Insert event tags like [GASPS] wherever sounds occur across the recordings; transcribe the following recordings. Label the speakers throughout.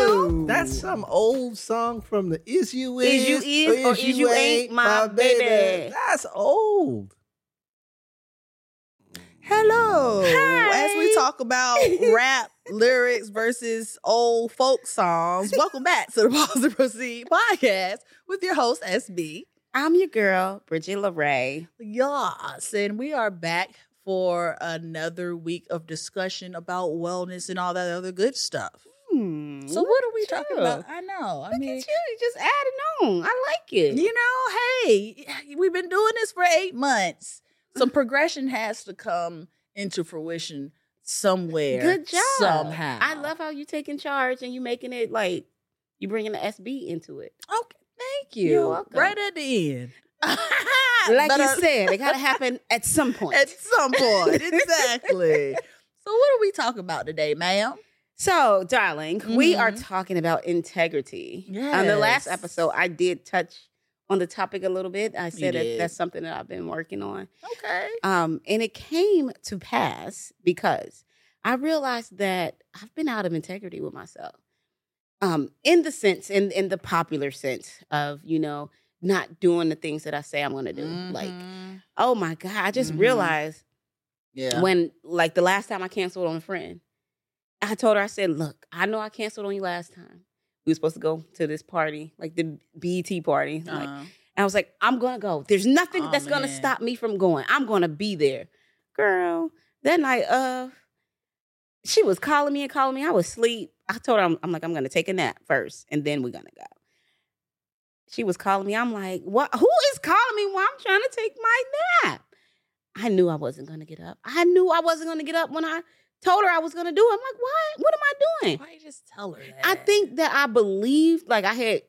Speaker 1: not some old song from the Is You Is,
Speaker 2: Is You Is or Is You Ain't My Baby.
Speaker 1: That's old.
Speaker 3: Hello. As
Speaker 2: Hi.
Speaker 3: we talk
Speaker 2: [LAUGHS]
Speaker 3: about rap lyrics versus old folk songs, welcome back to the Pause and Proceed podcast with your host, SB.
Speaker 2: I'm your girl, Bridget LeRae.
Speaker 3: Yes, and we are back for another week of discussion about wellness and all that other good stuff.
Speaker 2: Hmm,
Speaker 3: So, what are we talking
Speaker 2: you.
Speaker 3: about? I know. I
Speaker 2: look
Speaker 3: mean,
Speaker 2: at you. You just adding on. I like it.
Speaker 3: you know, hey, we've been doing this for eight months.
Speaker 2: [LAUGHS]
Speaker 3: Some progression has to come into fruition somewhere.
Speaker 2: Good job.
Speaker 3: Somehow.
Speaker 2: I love how you taking charge and you making it like you bringing the SB into it.
Speaker 3: Okay, thank you.
Speaker 2: You're welcome.
Speaker 3: Right at the end. [LAUGHS]
Speaker 2: Like
Speaker 3: But,
Speaker 2: you
Speaker 3: uh,
Speaker 2: said,
Speaker 3: [LAUGHS]
Speaker 2: it gotta happen at some point.
Speaker 3: At some point.
Speaker 2: [LAUGHS]
Speaker 3: Exactly. so what are we talking about today, ma'am?
Speaker 2: So, darling, we are
Speaker 3: Mhm.
Speaker 2: talking about integrity. On the last
Speaker 3: Yes.
Speaker 2: episode, I did touch on the topic a little bit. I said that
Speaker 3: did.
Speaker 2: that's something that I've been working on.
Speaker 3: Okay.
Speaker 2: Um, and it came to pass because I realized that I've been out of integrity with myself. Um, in the sense, in in the popular sense of, you know, not doing the things that I say I'm gonna do. Like,
Speaker 3: Mhm.
Speaker 2: oh my God, I just
Speaker 3: Mhm.
Speaker 2: realized
Speaker 3: yeah.
Speaker 2: when like the last time I canceled on a friend, I told her, I said, look, I know I canceled on you last time. We were supposed to go to this party, like the BET party. Like,
Speaker 3: Uh-huh.
Speaker 2: and I was like, I'm gonna go. There's nothing
Speaker 3: Aw,
Speaker 2: that's gonna
Speaker 3: man.
Speaker 2: stop me from going. I'm gonna be there. Girl, that night of she was calling me and calling me. I was asleep. I told her I'm, I'm like, I'm gonna take a nap first and then we're gonna go. She was calling me. I'm like, what who is calling me while I'm trying to take my nap? I knew I wasn't gonna get up. I knew I wasn't gonna get up when I told her I was gonna do it. I'm like, why? What am I doing?
Speaker 3: Why you just tell her that?
Speaker 2: eh. I think that I believed, like I had,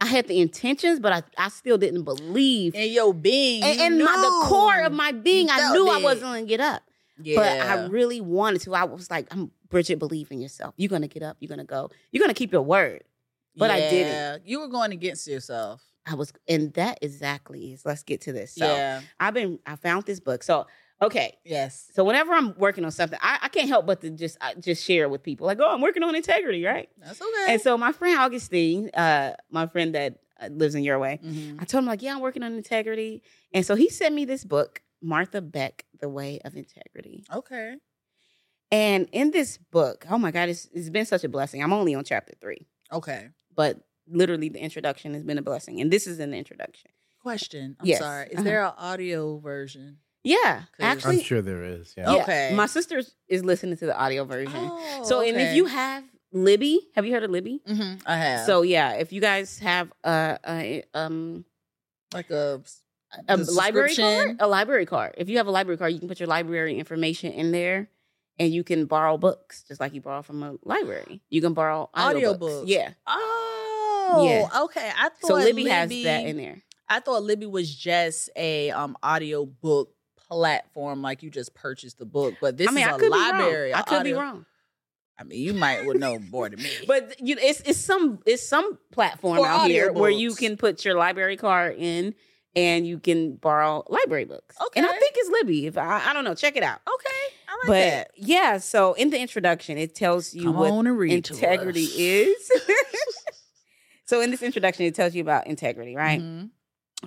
Speaker 2: I had the intentions, but I, I still didn't believe. And,
Speaker 3: in your being. you
Speaker 2: and my, the
Speaker 3: knew.
Speaker 2: core of my being, I
Speaker 3: felt
Speaker 2: knew I
Speaker 3: it.
Speaker 2: wasn't gonna get up,
Speaker 3: yeah.
Speaker 2: but I really wanted to. I was like, I'm Bridget, believe in yourself. You're gonna get up. You're gonna go. You're gonna keep your word. but I didn't.
Speaker 3: Yeah. You were going against yourself.
Speaker 2: I was, and that exactly is. Let's get to this. So
Speaker 3: yeah.
Speaker 2: I've been, I found this book. So okay,
Speaker 3: Yes.
Speaker 2: so whenever I'm working on something, I, I can't help but to just I just share it with people. Like, oh, I'm working on integrity, right?
Speaker 3: That's okay.
Speaker 2: And so my friend Augustine, uh, my friend that uh, lives in your way,
Speaker 3: Mhm.
Speaker 2: I told him like, yeah, I'm working on integrity, and so he sent me this book, Martha Beck, The Way of Integrity.
Speaker 3: Okay.
Speaker 2: And in this book, oh my God, it's, it's been such a blessing. I'm only on chapter three,
Speaker 3: Okay.
Speaker 2: but literally the introduction has been a blessing, and this is in the introduction.
Speaker 3: Question. I'm
Speaker 2: Yes.
Speaker 3: sorry. Is
Speaker 2: Uh-huh.
Speaker 3: there an audio version?
Speaker 2: Yeah,
Speaker 3: 'Cause-
Speaker 1: I'm
Speaker 2: actually,
Speaker 1: sure there is. Yeah.
Speaker 2: yeah,
Speaker 3: Okay.
Speaker 2: My sister is listening to the audio version.
Speaker 3: Oh,
Speaker 2: so, and if
Speaker 3: okay.
Speaker 2: you have Libby, have you heard of Libby?
Speaker 3: Mhm, I have.
Speaker 2: Mm-hmm. So yeah, if you guys have uh, a um
Speaker 3: like a
Speaker 2: a
Speaker 3: The
Speaker 2: library card,
Speaker 3: subscription.
Speaker 2: a library card. If you have a library card, you can put your library information in there, and you can borrow books just like you borrow from a library. You can borrow audiobooks.
Speaker 3: Audiobooks.
Speaker 2: Yeah.
Speaker 3: Oh,
Speaker 2: Yeah.
Speaker 3: okay. I thought
Speaker 2: So Libby, has that in there.
Speaker 3: I thought Libby was just a um audio book platform, like you just purchased the book. But this
Speaker 2: I mean,
Speaker 3: is
Speaker 2: I
Speaker 3: a
Speaker 2: could
Speaker 3: library.
Speaker 2: be
Speaker 3: a
Speaker 2: wrong. I could be
Speaker 3: audio-
Speaker 2: wrong.
Speaker 3: I mean, you might would know more than me.
Speaker 2: But you, it's it's some it's some platform
Speaker 3: For
Speaker 2: out here where
Speaker 3: audiobooks.
Speaker 2: you can put your library card in. And you can borrow library books. And I
Speaker 3: Okay.
Speaker 2: think it's Libby. If I, I don't know, check it out.
Speaker 3: okay, I like
Speaker 2: but
Speaker 3: that.
Speaker 2: yeah, so in the introduction, it tells you
Speaker 3: Come
Speaker 2: what
Speaker 3: on and read to us. [LAUGHS]
Speaker 2: integrity is. [LAUGHS] so in this introduction, it tells you about integrity, right?
Speaker 3: Mhm.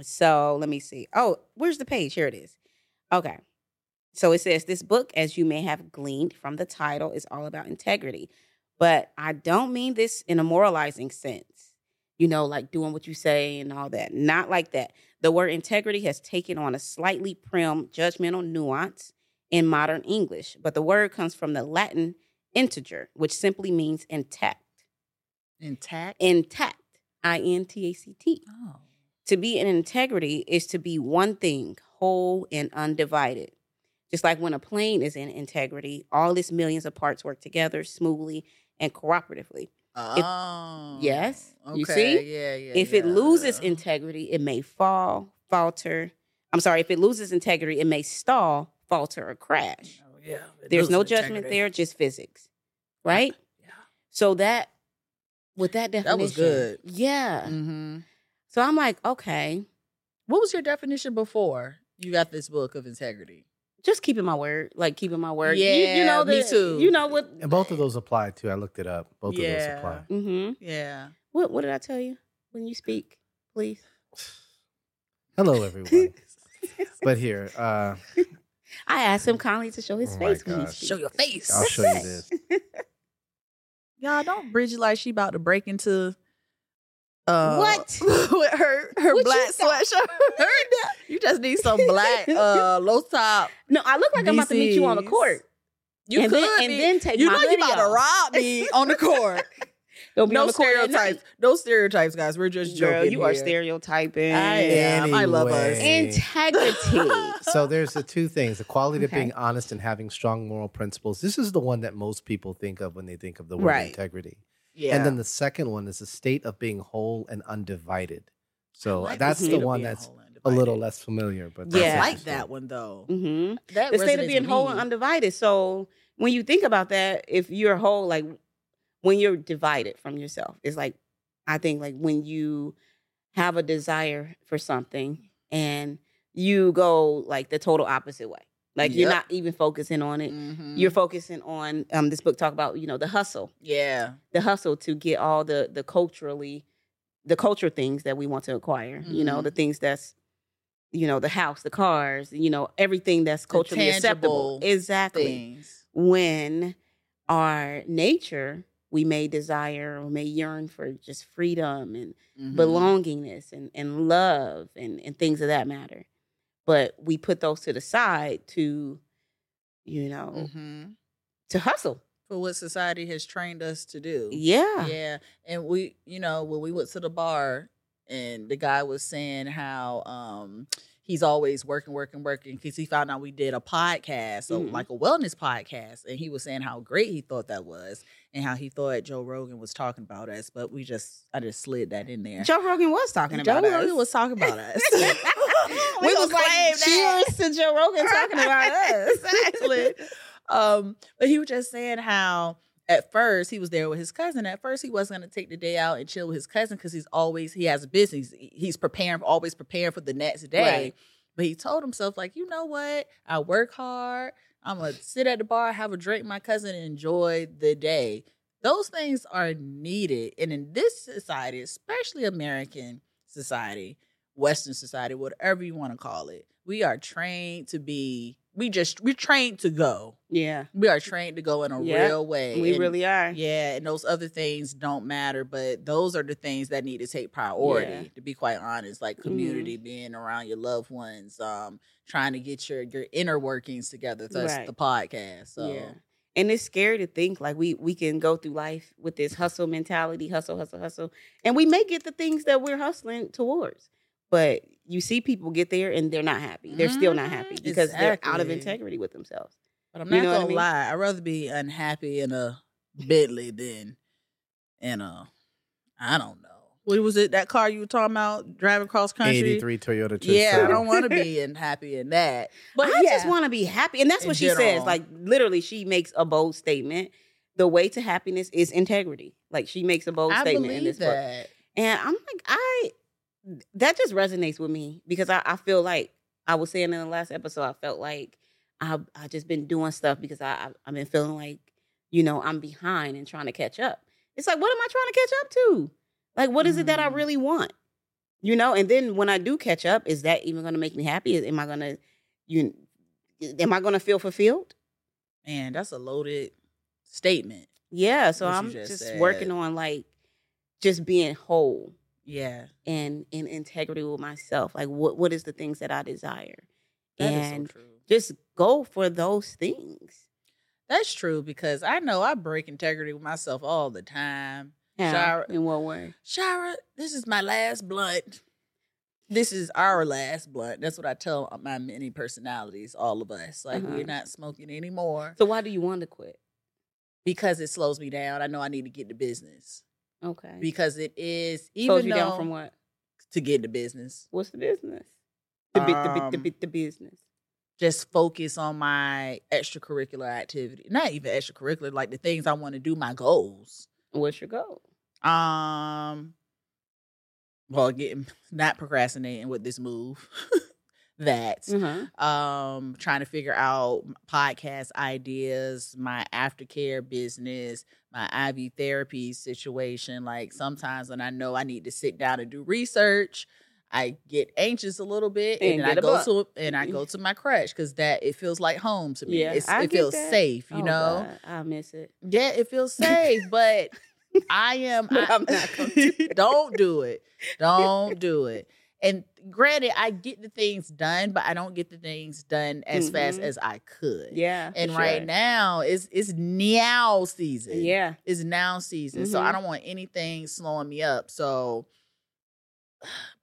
Speaker 2: So let me see. Oh, where's the page? Here it is. Okay. So it says this book, as you may have gleaned from the title, is all about integrity. But I don't mean this in a moralizing sense, you know, like doing what you say and all that. Not like that. The word integrity has taken on a slightly prim, judgmental nuance in modern English, but the word comes from the Latin integer, which simply means intact.
Speaker 3: Intact.
Speaker 2: Intact. I N T A C T.
Speaker 3: Oh.
Speaker 2: To be in integrity is to be one thing, whole and undivided. Just like when a plane is in integrity, all its millions of parts work together smoothly and cooperatively.
Speaker 3: Oh.
Speaker 2: Yes,
Speaker 3: Okay.
Speaker 2: you see?
Speaker 3: Yeah. Yeah.
Speaker 2: if it loses
Speaker 3: yeah.
Speaker 2: integrity, it may fall, falter. I'm sorry, if it loses integrity, it may stall, falter, or crash.
Speaker 3: Oh, yeah. it
Speaker 2: There's no
Speaker 3: loses
Speaker 2: judgment
Speaker 3: integrity.
Speaker 2: there, just physics. Right?
Speaker 3: Yeah.
Speaker 2: So that with that definition.
Speaker 3: That was good.
Speaker 2: Yeah.
Speaker 3: Mhm.
Speaker 2: So I'm like, okay.
Speaker 3: What was your definition before you got this book of integrity?
Speaker 2: just keeping my word, like keeping my word. You- you,
Speaker 3: Yeah,
Speaker 2: know, the,
Speaker 3: me too.
Speaker 2: You know what?
Speaker 1: And both of those apply too. I looked it up. Both of
Speaker 3: Yeah.
Speaker 1: those apply.
Speaker 2: Mm-hmm.
Speaker 3: Yeah.
Speaker 2: What What did I tell you? When you speak, please.
Speaker 1: [SIGHS] Hello, everyone.
Speaker 2: [LAUGHS]
Speaker 1: but here, uh,
Speaker 2: I asked him kindly to show his
Speaker 1: Oh my
Speaker 2: face when he
Speaker 1: gosh.
Speaker 2: speaks.
Speaker 3: Show your face.
Speaker 1: I'll show you this.
Speaker 3: [LAUGHS] Y'all don't Bridget like she about to break into uh
Speaker 2: What?
Speaker 3: [LAUGHS] with her her
Speaker 2: What
Speaker 3: black
Speaker 2: you thought?
Speaker 3: sweatshirt. [LAUGHS] you just need some [LAUGHS] black uh low top.
Speaker 2: No, I look like I'm about to meet you on the
Speaker 3: VCs.
Speaker 2: court.
Speaker 3: You
Speaker 2: and
Speaker 3: could
Speaker 2: then,
Speaker 3: be.
Speaker 2: and then take
Speaker 3: you
Speaker 2: my
Speaker 3: know you
Speaker 2: hoodie
Speaker 3: about to
Speaker 2: off.
Speaker 3: rob me on [LAUGHS] the
Speaker 2: [LAUGHS]
Speaker 3: court.
Speaker 2: Don't be
Speaker 3: no
Speaker 2: on the court at
Speaker 3: stereotypes.
Speaker 2: night.
Speaker 3: No stereotypes, guys. We're [LAUGHS] just joking.
Speaker 2: Girl, you are
Speaker 3: here.
Speaker 2: stereotyping.
Speaker 3: I am. I love us.
Speaker 1: Anyway.
Speaker 3: [LAUGHS]
Speaker 2: Integrity.
Speaker 1: So there's the two things: the quality of
Speaker 2: Okay.
Speaker 1: being honest and having strong moral principles. This is the one that most people think of when they think of the word
Speaker 2: Right.
Speaker 1: integrity.
Speaker 3: Yeah.
Speaker 1: And then the second one is the state of being whole and undivided. So
Speaker 3: Like
Speaker 1: that's
Speaker 3: state
Speaker 1: the
Speaker 3: of
Speaker 1: one
Speaker 3: being
Speaker 1: that's
Speaker 3: whole and
Speaker 1: a little
Speaker 3: divided.
Speaker 1: less familiar, but
Speaker 2: Yeah.
Speaker 1: that's
Speaker 3: I like
Speaker 1: interesting.
Speaker 3: that one though.
Speaker 2: hmm
Speaker 3: Mm, That
Speaker 2: The state of
Speaker 3: resonates
Speaker 2: being
Speaker 3: with
Speaker 2: whole
Speaker 3: me.
Speaker 2: and undivided. So when you think about that, if you're whole, like when you're divided from yourself, it's like I think like when you have a desire for something and you go like the total opposite way. Like you're
Speaker 3: Yep.
Speaker 2: not even focusing on it.
Speaker 3: Mhm.
Speaker 2: You're focusing on um this book talk about, you know, the hustle.
Speaker 3: yeah.
Speaker 2: the hustle to get all the the culturally the culture things that we want to acquire you know
Speaker 3: Mhm.
Speaker 2: the things that's you know the house the cars you know everything that's culturally acceptable
Speaker 3: tangible
Speaker 2: exactly
Speaker 3: Things.
Speaker 2: when our nature we may desire or may yearn for just freedom and
Speaker 3: Mhm.
Speaker 2: belongingness and, and love and, and things of that matter but we put those to the side to you know
Speaker 3: Mhm.
Speaker 2: to hustle
Speaker 3: For what society has trained us to do.
Speaker 2: yeah
Speaker 3: Yeah. And we, you know, when we went to the bar and the guy was saying how um he's always working, working, working because he found out we did a podcast, so
Speaker 2: Mhm.
Speaker 3: like a wellness podcast. And he was saying how great he thought that was and how he thought Joe Rogan was talking about us. But we just, I just slid that in there.
Speaker 2: joe rogan was talking about
Speaker 3: Joe
Speaker 2: us.
Speaker 3: Rogan was talking about [LAUGHS] us.
Speaker 2: we,
Speaker 3: We
Speaker 2: was
Speaker 3: gonna claim
Speaker 2: like,
Speaker 3: that.
Speaker 2: cheers to Joe Rogan
Speaker 3: [LAUGHS]
Speaker 2: talking about us. [LAUGHS]
Speaker 3: exactly. Um, but he was just saying how at first he was there with his cousin. At first he wasn't gonna take the day out and chill with his cousin because he's always he has a business. He's preparing, always preparing for the next day.
Speaker 2: Right.
Speaker 3: But he told himself like, you know what? I work hard. I'm gonna sit at the bar, have a drink, with my cousin, and enjoy the day. Those things are needed, and in this society, especially American society, Western society, whatever you want to call it. We are trained to be. We just we're trained to go.
Speaker 2: Yeah,
Speaker 3: We are trained to go in a
Speaker 2: Yeah,
Speaker 3: real way.
Speaker 2: we
Speaker 3: and-
Speaker 2: really are.
Speaker 3: Yeah, and those other things don't matter, but those are the things that need to take priority.
Speaker 2: Yeah. Mm-hmm.
Speaker 3: To be quite honest, like community, being around your loved ones, um, trying to get your your inner workings together. Thus,
Speaker 2: Right.
Speaker 3: the podcast. So,
Speaker 2: Yeah. And it's scary to think like we we can go through life with this hustle mentality, hustle, hustle, hustle, and we may get the things that we're hustling towards. But you see people get there and they're not happy. They're still not happy
Speaker 3: Mhm,
Speaker 2: because they're out of
Speaker 3: exactly.
Speaker 2: integrity with themselves.
Speaker 3: but I'm
Speaker 2: You
Speaker 3: not
Speaker 2: know what I
Speaker 3: gonna
Speaker 2: mean?
Speaker 3: lie. I'd rather be unhappy in a Bentley than in a I don't know. What was it? That car you were talking about driving cross country?
Speaker 1: 83 Toyota Tercel.
Speaker 3: Yeah, I don't want to be unhappy in that. But
Speaker 2: But I
Speaker 3: yeah.
Speaker 2: just want to be happy. And that's
Speaker 3: In
Speaker 2: what she says.
Speaker 3: general.
Speaker 2: Like literally, she makes a bold statement. The way to happiness is integrity. Like she makes a bold
Speaker 3: I
Speaker 2: statement in
Speaker 3: believe
Speaker 2: this book.
Speaker 3: that.
Speaker 2: And I'm like, I that just resonates with me because I, I feel like I was saying in the last episode, I felt like I I just been doing stuff because I, I I've been feeling like you know I'm behind and trying to catch up. It's like, what am I trying to catch up to? Like, what is it that I
Speaker 3: Mhm.
Speaker 2: really want? You know, and then when I do catch up, is that even going to make me happy? Is, am I gonna you? Am I gonna feel fulfilled?
Speaker 3: Man, that's a loaded statement.
Speaker 2: Yeah. So
Speaker 3: What you
Speaker 2: I'm
Speaker 3: just
Speaker 2: just
Speaker 3: said.
Speaker 2: working on like just being whole.
Speaker 3: Yeah.
Speaker 2: and in integrity with myself. Like what what is the things that I desire?
Speaker 3: that is
Speaker 2: and
Speaker 3: so true.
Speaker 2: just go for those things.
Speaker 3: That's true because I know I break integrity with myself all the time.
Speaker 2: How?
Speaker 3: Shara-
Speaker 2: In what way?
Speaker 3: Shara, this is my last blunt. This is our last blunt. That's what I tell my many personalities, all of us. Like,
Speaker 2: Uh-huh.
Speaker 3: we're not smoking anymore
Speaker 2: So why do you want to quit?
Speaker 3: because it slows me down. I know I need to get to business
Speaker 2: Okay.
Speaker 3: because it is, even
Speaker 2: Slows you
Speaker 3: though,
Speaker 2: down from what?
Speaker 3: to get to business.
Speaker 2: What's the business? The bit, the bit, the
Speaker 3: Um,
Speaker 2: bit, the business.
Speaker 3: just focus on my extracurricular activity. Not even extracurricular, like the things I want to do, my goals.
Speaker 2: What's your goal?
Speaker 3: [LAUGHS] Um well, getting not procrastinating with this move. [LAUGHS] that.
Speaker 2: Mhm.
Speaker 3: Um, trying to figure out podcast ideas, my aftercare business, my IV therapy situation. Like sometimes when I know I need to sit down and do research, I get anxious a little bit, and,
Speaker 2: And
Speaker 3: then I
Speaker 2: get a
Speaker 3: go to and I
Speaker 2: [LAUGHS]
Speaker 3: go to my crush because that it feels like home to me.
Speaker 2: Yeah,
Speaker 3: It's,
Speaker 2: I
Speaker 3: it
Speaker 2: get
Speaker 3: feels
Speaker 2: that.
Speaker 3: safe, you
Speaker 2: Oh,
Speaker 3: know.
Speaker 2: God, I miss it. [LAUGHS]
Speaker 3: Yeah, it feels safe, but I am.
Speaker 2: But
Speaker 3: I,
Speaker 2: I'm not gonna
Speaker 3: [LAUGHS]
Speaker 2: do it.
Speaker 3: don't do it.
Speaker 2: [LAUGHS]
Speaker 3: Don't do it. And granted, I get the things done, but I don't get the things done as fast
Speaker 2: Mhm.
Speaker 3: as I could.
Speaker 2: Yeah. for
Speaker 3: And right
Speaker 2: sure.
Speaker 3: now, it's it's now season.
Speaker 2: Yeah.
Speaker 3: It's now season. So I
Speaker 2: Mhm.
Speaker 3: don't want anything slowing me up. So, [SIGHS]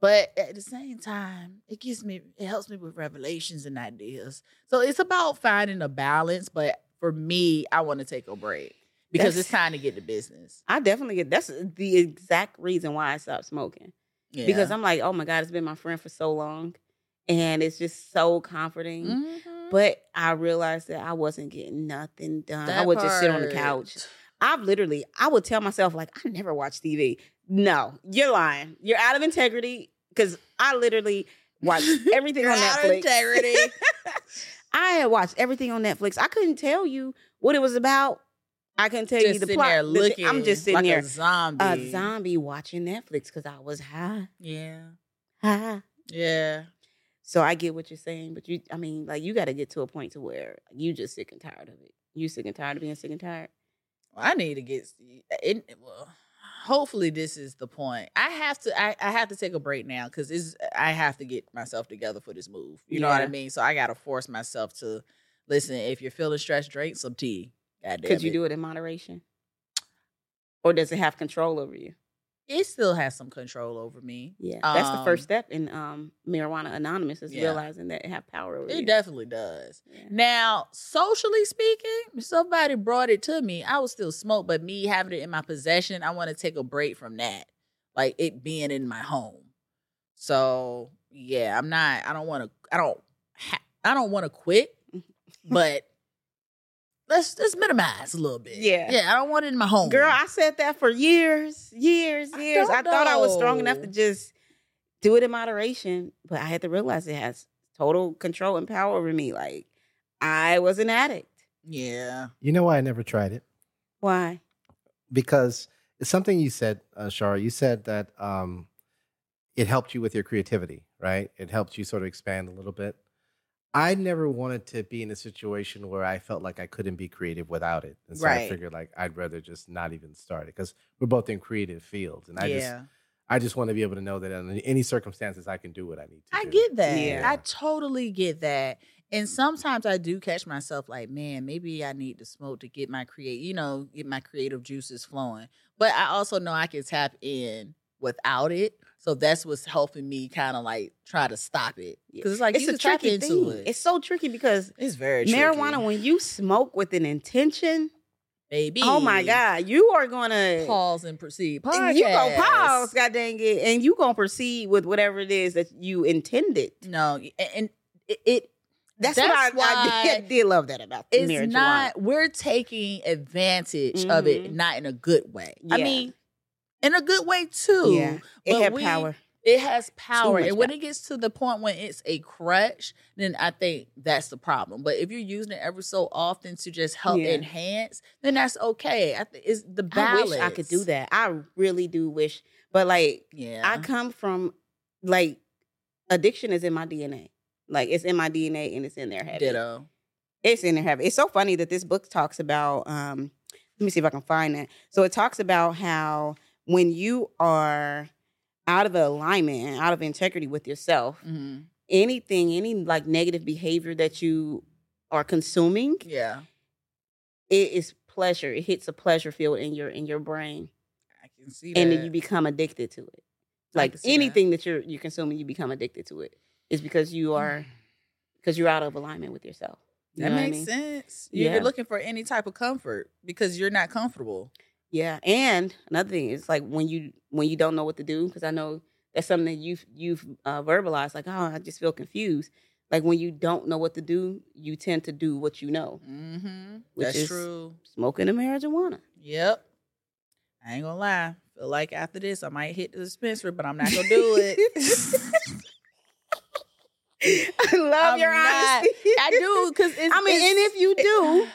Speaker 3: but at the same time, it gives me it helps me with revelations and ideas. So it's about finding a balance. But for me, I want to take a break because
Speaker 2: That's-
Speaker 3: it's time to get to business.
Speaker 2: I definitely get that's the exact reason why I stopped smoking.
Speaker 3: Yeah.
Speaker 2: Because I'm like, oh my God, it's been my friend for so long. And it's just so comforting.
Speaker 3: Mhm.
Speaker 2: But I realized that I wasn't getting nothing done. I
Speaker 3: That
Speaker 2: would just sit on the
Speaker 3: part.
Speaker 2: couch. I've literally, I would tell myself, like, I never watch TV. No, you're lying. You're out of integrity. Cause I literally watch
Speaker 3: [LAUGHS]
Speaker 2: everything
Speaker 3: You're
Speaker 2: on
Speaker 3: out of [LAUGHS]
Speaker 2: Netflix.
Speaker 3: integrity.
Speaker 2: I had watched everything on Netflix. I couldn't tell you what it was about. I couldn't tell you
Speaker 3: just
Speaker 2: the
Speaker 3: sitting
Speaker 2: plot.
Speaker 3: there
Speaker 2: the thi-
Speaker 3: looking.
Speaker 2: I'm just sitting
Speaker 3: like
Speaker 2: there
Speaker 3: a zombie.
Speaker 2: a zombie watching Netflix because I was high,
Speaker 3: Yeah.
Speaker 2: high.
Speaker 3: Yeah.
Speaker 2: So I get what you're saying, but you, I mean, like you got to get to a point to where you just sick and tired of it. You sick and tired of being sick and tired.
Speaker 3: Well, I need to get. It, well, hopefully, this is the point. I have to. I, I have to take a break now because it's. I have to get myself together for this move. You know what I
Speaker 2: Yeah.
Speaker 3: mean. So I gotta force myself to listen. If you're feeling stressed, drink some tea. God damn
Speaker 2: Could you do it in moderation, or does it have control over you?
Speaker 3: It still has some control over me.
Speaker 2: Yeah, that's the first
Speaker 3: Um,
Speaker 2: step in um, marijuana anonymous is
Speaker 3: yeah.
Speaker 2: realizing that it have power over you.
Speaker 3: It definitely does.
Speaker 2: Yeah.
Speaker 3: Now, socially speaking, somebody brought it to me. I would still smoke, but me having it in my possession, I want to take a break from that. Like it being in my home. So yeah, I'm not. I don't want to. I don't. Ha- I don't want to
Speaker 2: [LAUGHS]
Speaker 3: quit, but let's let's minimize a little bit.
Speaker 2: Yeah.
Speaker 3: yeah. I don't want it in my home,
Speaker 2: Girl, I said that for years, years,
Speaker 3: I
Speaker 2: years. I,
Speaker 3: don't
Speaker 2: thought I was strong enough
Speaker 3: know.
Speaker 2: to just do it in moderation, but I had to realize it has total control and power over me. Like I was an addict.
Speaker 3: yeah.
Speaker 1: You know why I never tried it?
Speaker 2: Why?
Speaker 1: Because it's something you said, uh, Shara. You said that um, it helped you with your creativity, right? It helped you sort of expand a little bit. I never wanted to be in a situation where I felt like I couldn't be creative without it, and so
Speaker 3: Right.
Speaker 1: I figured like I'd rather just not even start it because we're both in creative fields, and I just
Speaker 3: yeah,
Speaker 1: I just want to be able to know that in any circumstances I can do what I need to.
Speaker 3: I
Speaker 1: do.
Speaker 3: get that.
Speaker 2: Yeah.
Speaker 3: I totally get that. And sometimes I do catch myself like, man, maybe I need to smoke to get my create, you know, get my creative juices flowing. But I also know I can tap in without it. So that's what's helping me kind of like try to stop it because it's like
Speaker 2: It's
Speaker 3: you
Speaker 2: a
Speaker 3: can tap
Speaker 2: tricky
Speaker 3: into
Speaker 2: thing.
Speaker 3: it.
Speaker 2: It's so tricky because
Speaker 3: It's very
Speaker 2: marijuana, oh when you smoke with an intention,
Speaker 3: baby.
Speaker 2: oh my God, you are gonna
Speaker 3: Pause and proceed.
Speaker 2: and you gonna
Speaker 3: Podcast.
Speaker 2: pause, god dang it, and you gonna proceed with whatever it is that you intended.
Speaker 3: No, and- and it, it
Speaker 2: That's,
Speaker 3: That's
Speaker 2: what I, I
Speaker 3: why
Speaker 2: did, did love that about
Speaker 3: it's
Speaker 2: marijuana.
Speaker 3: not. We're taking advantage of it,
Speaker 2: Mhm.
Speaker 3: not in a good way. Mm-hmm. I
Speaker 2: Yeah.
Speaker 3: mean, in a good way too.
Speaker 2: Yeah. It
Speaker 3: But
Speaker 2: had
Speaker 3: we-
Speaker 2: power.
Speaker 3: It has power,
Speaker 2: much
Speaker 3: and when
Speaker 2: power.
Speaker 3: it gets to the point when it's a crutch, then I think that's the problem. But if you're using it ever so often to just help
Speaker 2: Yeah.
Speaker 3: enhance, then that's okay. I think it's the
Speaker 2: I
Speaker 3: balance.
Speaker 2: wish I could do that. I really do wish. But like
Speaker 3: Yeah,
Speaker 2: I come from like addiction is in my DNA. Like it's in my DNA and it's in their habit.
Speaker 3: ditto.
Speaker 2: It's in their habit. It's so funny that this book talks about um let me see if I can find that. So it talks about how when you are out of alignment and out of integrity with yourself,
Speaker 3: Mhm.
Speaker 2: anything, any like negative behavior that you are consuming,
Speaker 3: Yeah,
Speaker 2: it is pleasure. It hits a pleasure field in your in your brain,
Speaker 3: I can see that.
Speaker 2: and then you become addicted to it.
Speaker 3: I
Speaker 2: Like
Speaker 3: can see that.
Speaker 2: anything that. you're you're consuming, you become addicted to it. It's because you are because you're out of alignment with yourself.
Speaker 3: Mm.
Speaker 2: You
Speaker 3: That
Speaker 2: know what I
Speaker 3: makes
Speaker 2: mean?
Speaker 3: sense. You're
Speaker 2: Yeah.
Speaker 3: looking for any type of comfort because you're not comfortable.
Speaker 2: Yeah, and another thing is like when you when you don't know what to do because I know that's something that you've you've uh, verbalized like oh I just feel confused. Like when you don't know what to do, you tend to do what you know,
Speaker 3: Mm-hmm.
Speaker 2: Which
Speaker 3: That's
Speaker 2: is-
Speaker 3: true.
Speaker 2: smoking
Speaker 3: [LAUGHS]
Speaker 2: the marijuana. [LAUGHS]
Speaker 3: Yep. I ain't gonna lie. Feel like
Speaker 2: [LAUGHS]
Speaker 3: after this, I might hit the dispensary, but I'm not gonna do it.
Speaker 2: I love
Speaker 3: I'm
Speaker 2: your
Speaker 3: not.
Speaker 2: honesty.
Speaker 3: I do because it's.
Speaker 2: [LAUGHS] I mean,
Speaker 3: it's-
Speaker 2: and if you
Speaker 3: [LAUGHS]
Speaker 2: do,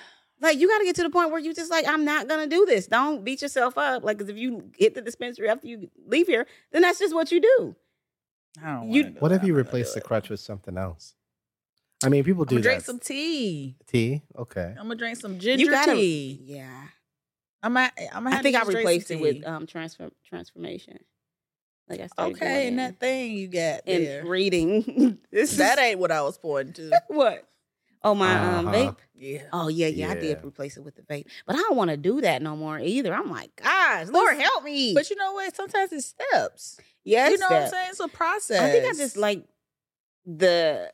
Speaker 2: like, you got to get to the point where you just like, I'm not gonna do this. Don't beat yourself up. Like, 'cause if you hit the dispensary after you leave here, then that's just what you do.
Speaker 3: I don't
Speaker 2: you-
Speaker 3: wanna do
Speaker 1: What
Speaker 3: it.
Speaker 1: if
Speaker 3: I'm
Speaker 1: you
Speaker 3: not gonna
Speaker 1: replace
Speaker 3: do
Speaker 1: the
Speaker 3: it.
Speaker 1: crutch with something else? I mean, people
Speaker 3: I'm
Speaker 1: do
Speaker 3: gonna drink
Speaker 1: that.
Speaker 3: some tea.
Speaker 1: tea, okay.
Speaker 3: I'm gonna drink some
Speaker 2: you
Speaker 3: ginger
Speaker 2: gotta,
Speaker 3: tea.
Speaker 2: yeah.
Speaker 3: I'm gonna. I'm gonna.
Speaker 2: I
Speaker 3: have
Speaker 2: think
Speaker 3: to
Speaker 2: I
Speaker 3: just drink some
Speaker 2: replaced it with
Speaker 3: tea.
Speaker 2: um transfer transformation. Like I started
Speaker 3: Okay,
Speaker 2: doing
Speaker 3: and
Speaker 2: that
Speaker 3: that thing you got
Speaker 2: and
Speaker 3: there. [LAUGHS]
Speaker 2: reading. [LAUGHS] this
Speaker 3: that
Speaker 2: is-
Speaker 3: ain't what I was pouring to.
Speaker 2: what? Oh my um
Speaker 1: Uh-huh.
Speaker 2: vape.
Speaker 3: Yeah.
Speaker 2: Oh yeah, yeah, I did
Speaker 1: Yeah.
Speaker 2: replace it with the vape, but I don't want to do that no more either. I'm like, gosh,
Speaker 3: Listen,
Speaker 2: Lord help me.
Speaker 3: But you know what? Sometimes it's steps.
Speaker 2: yes,
Speaker 3: you know what I'm
Speaker 2: that-
Speaker 3: saying? It's a process.
Speaker 2: I think I just like the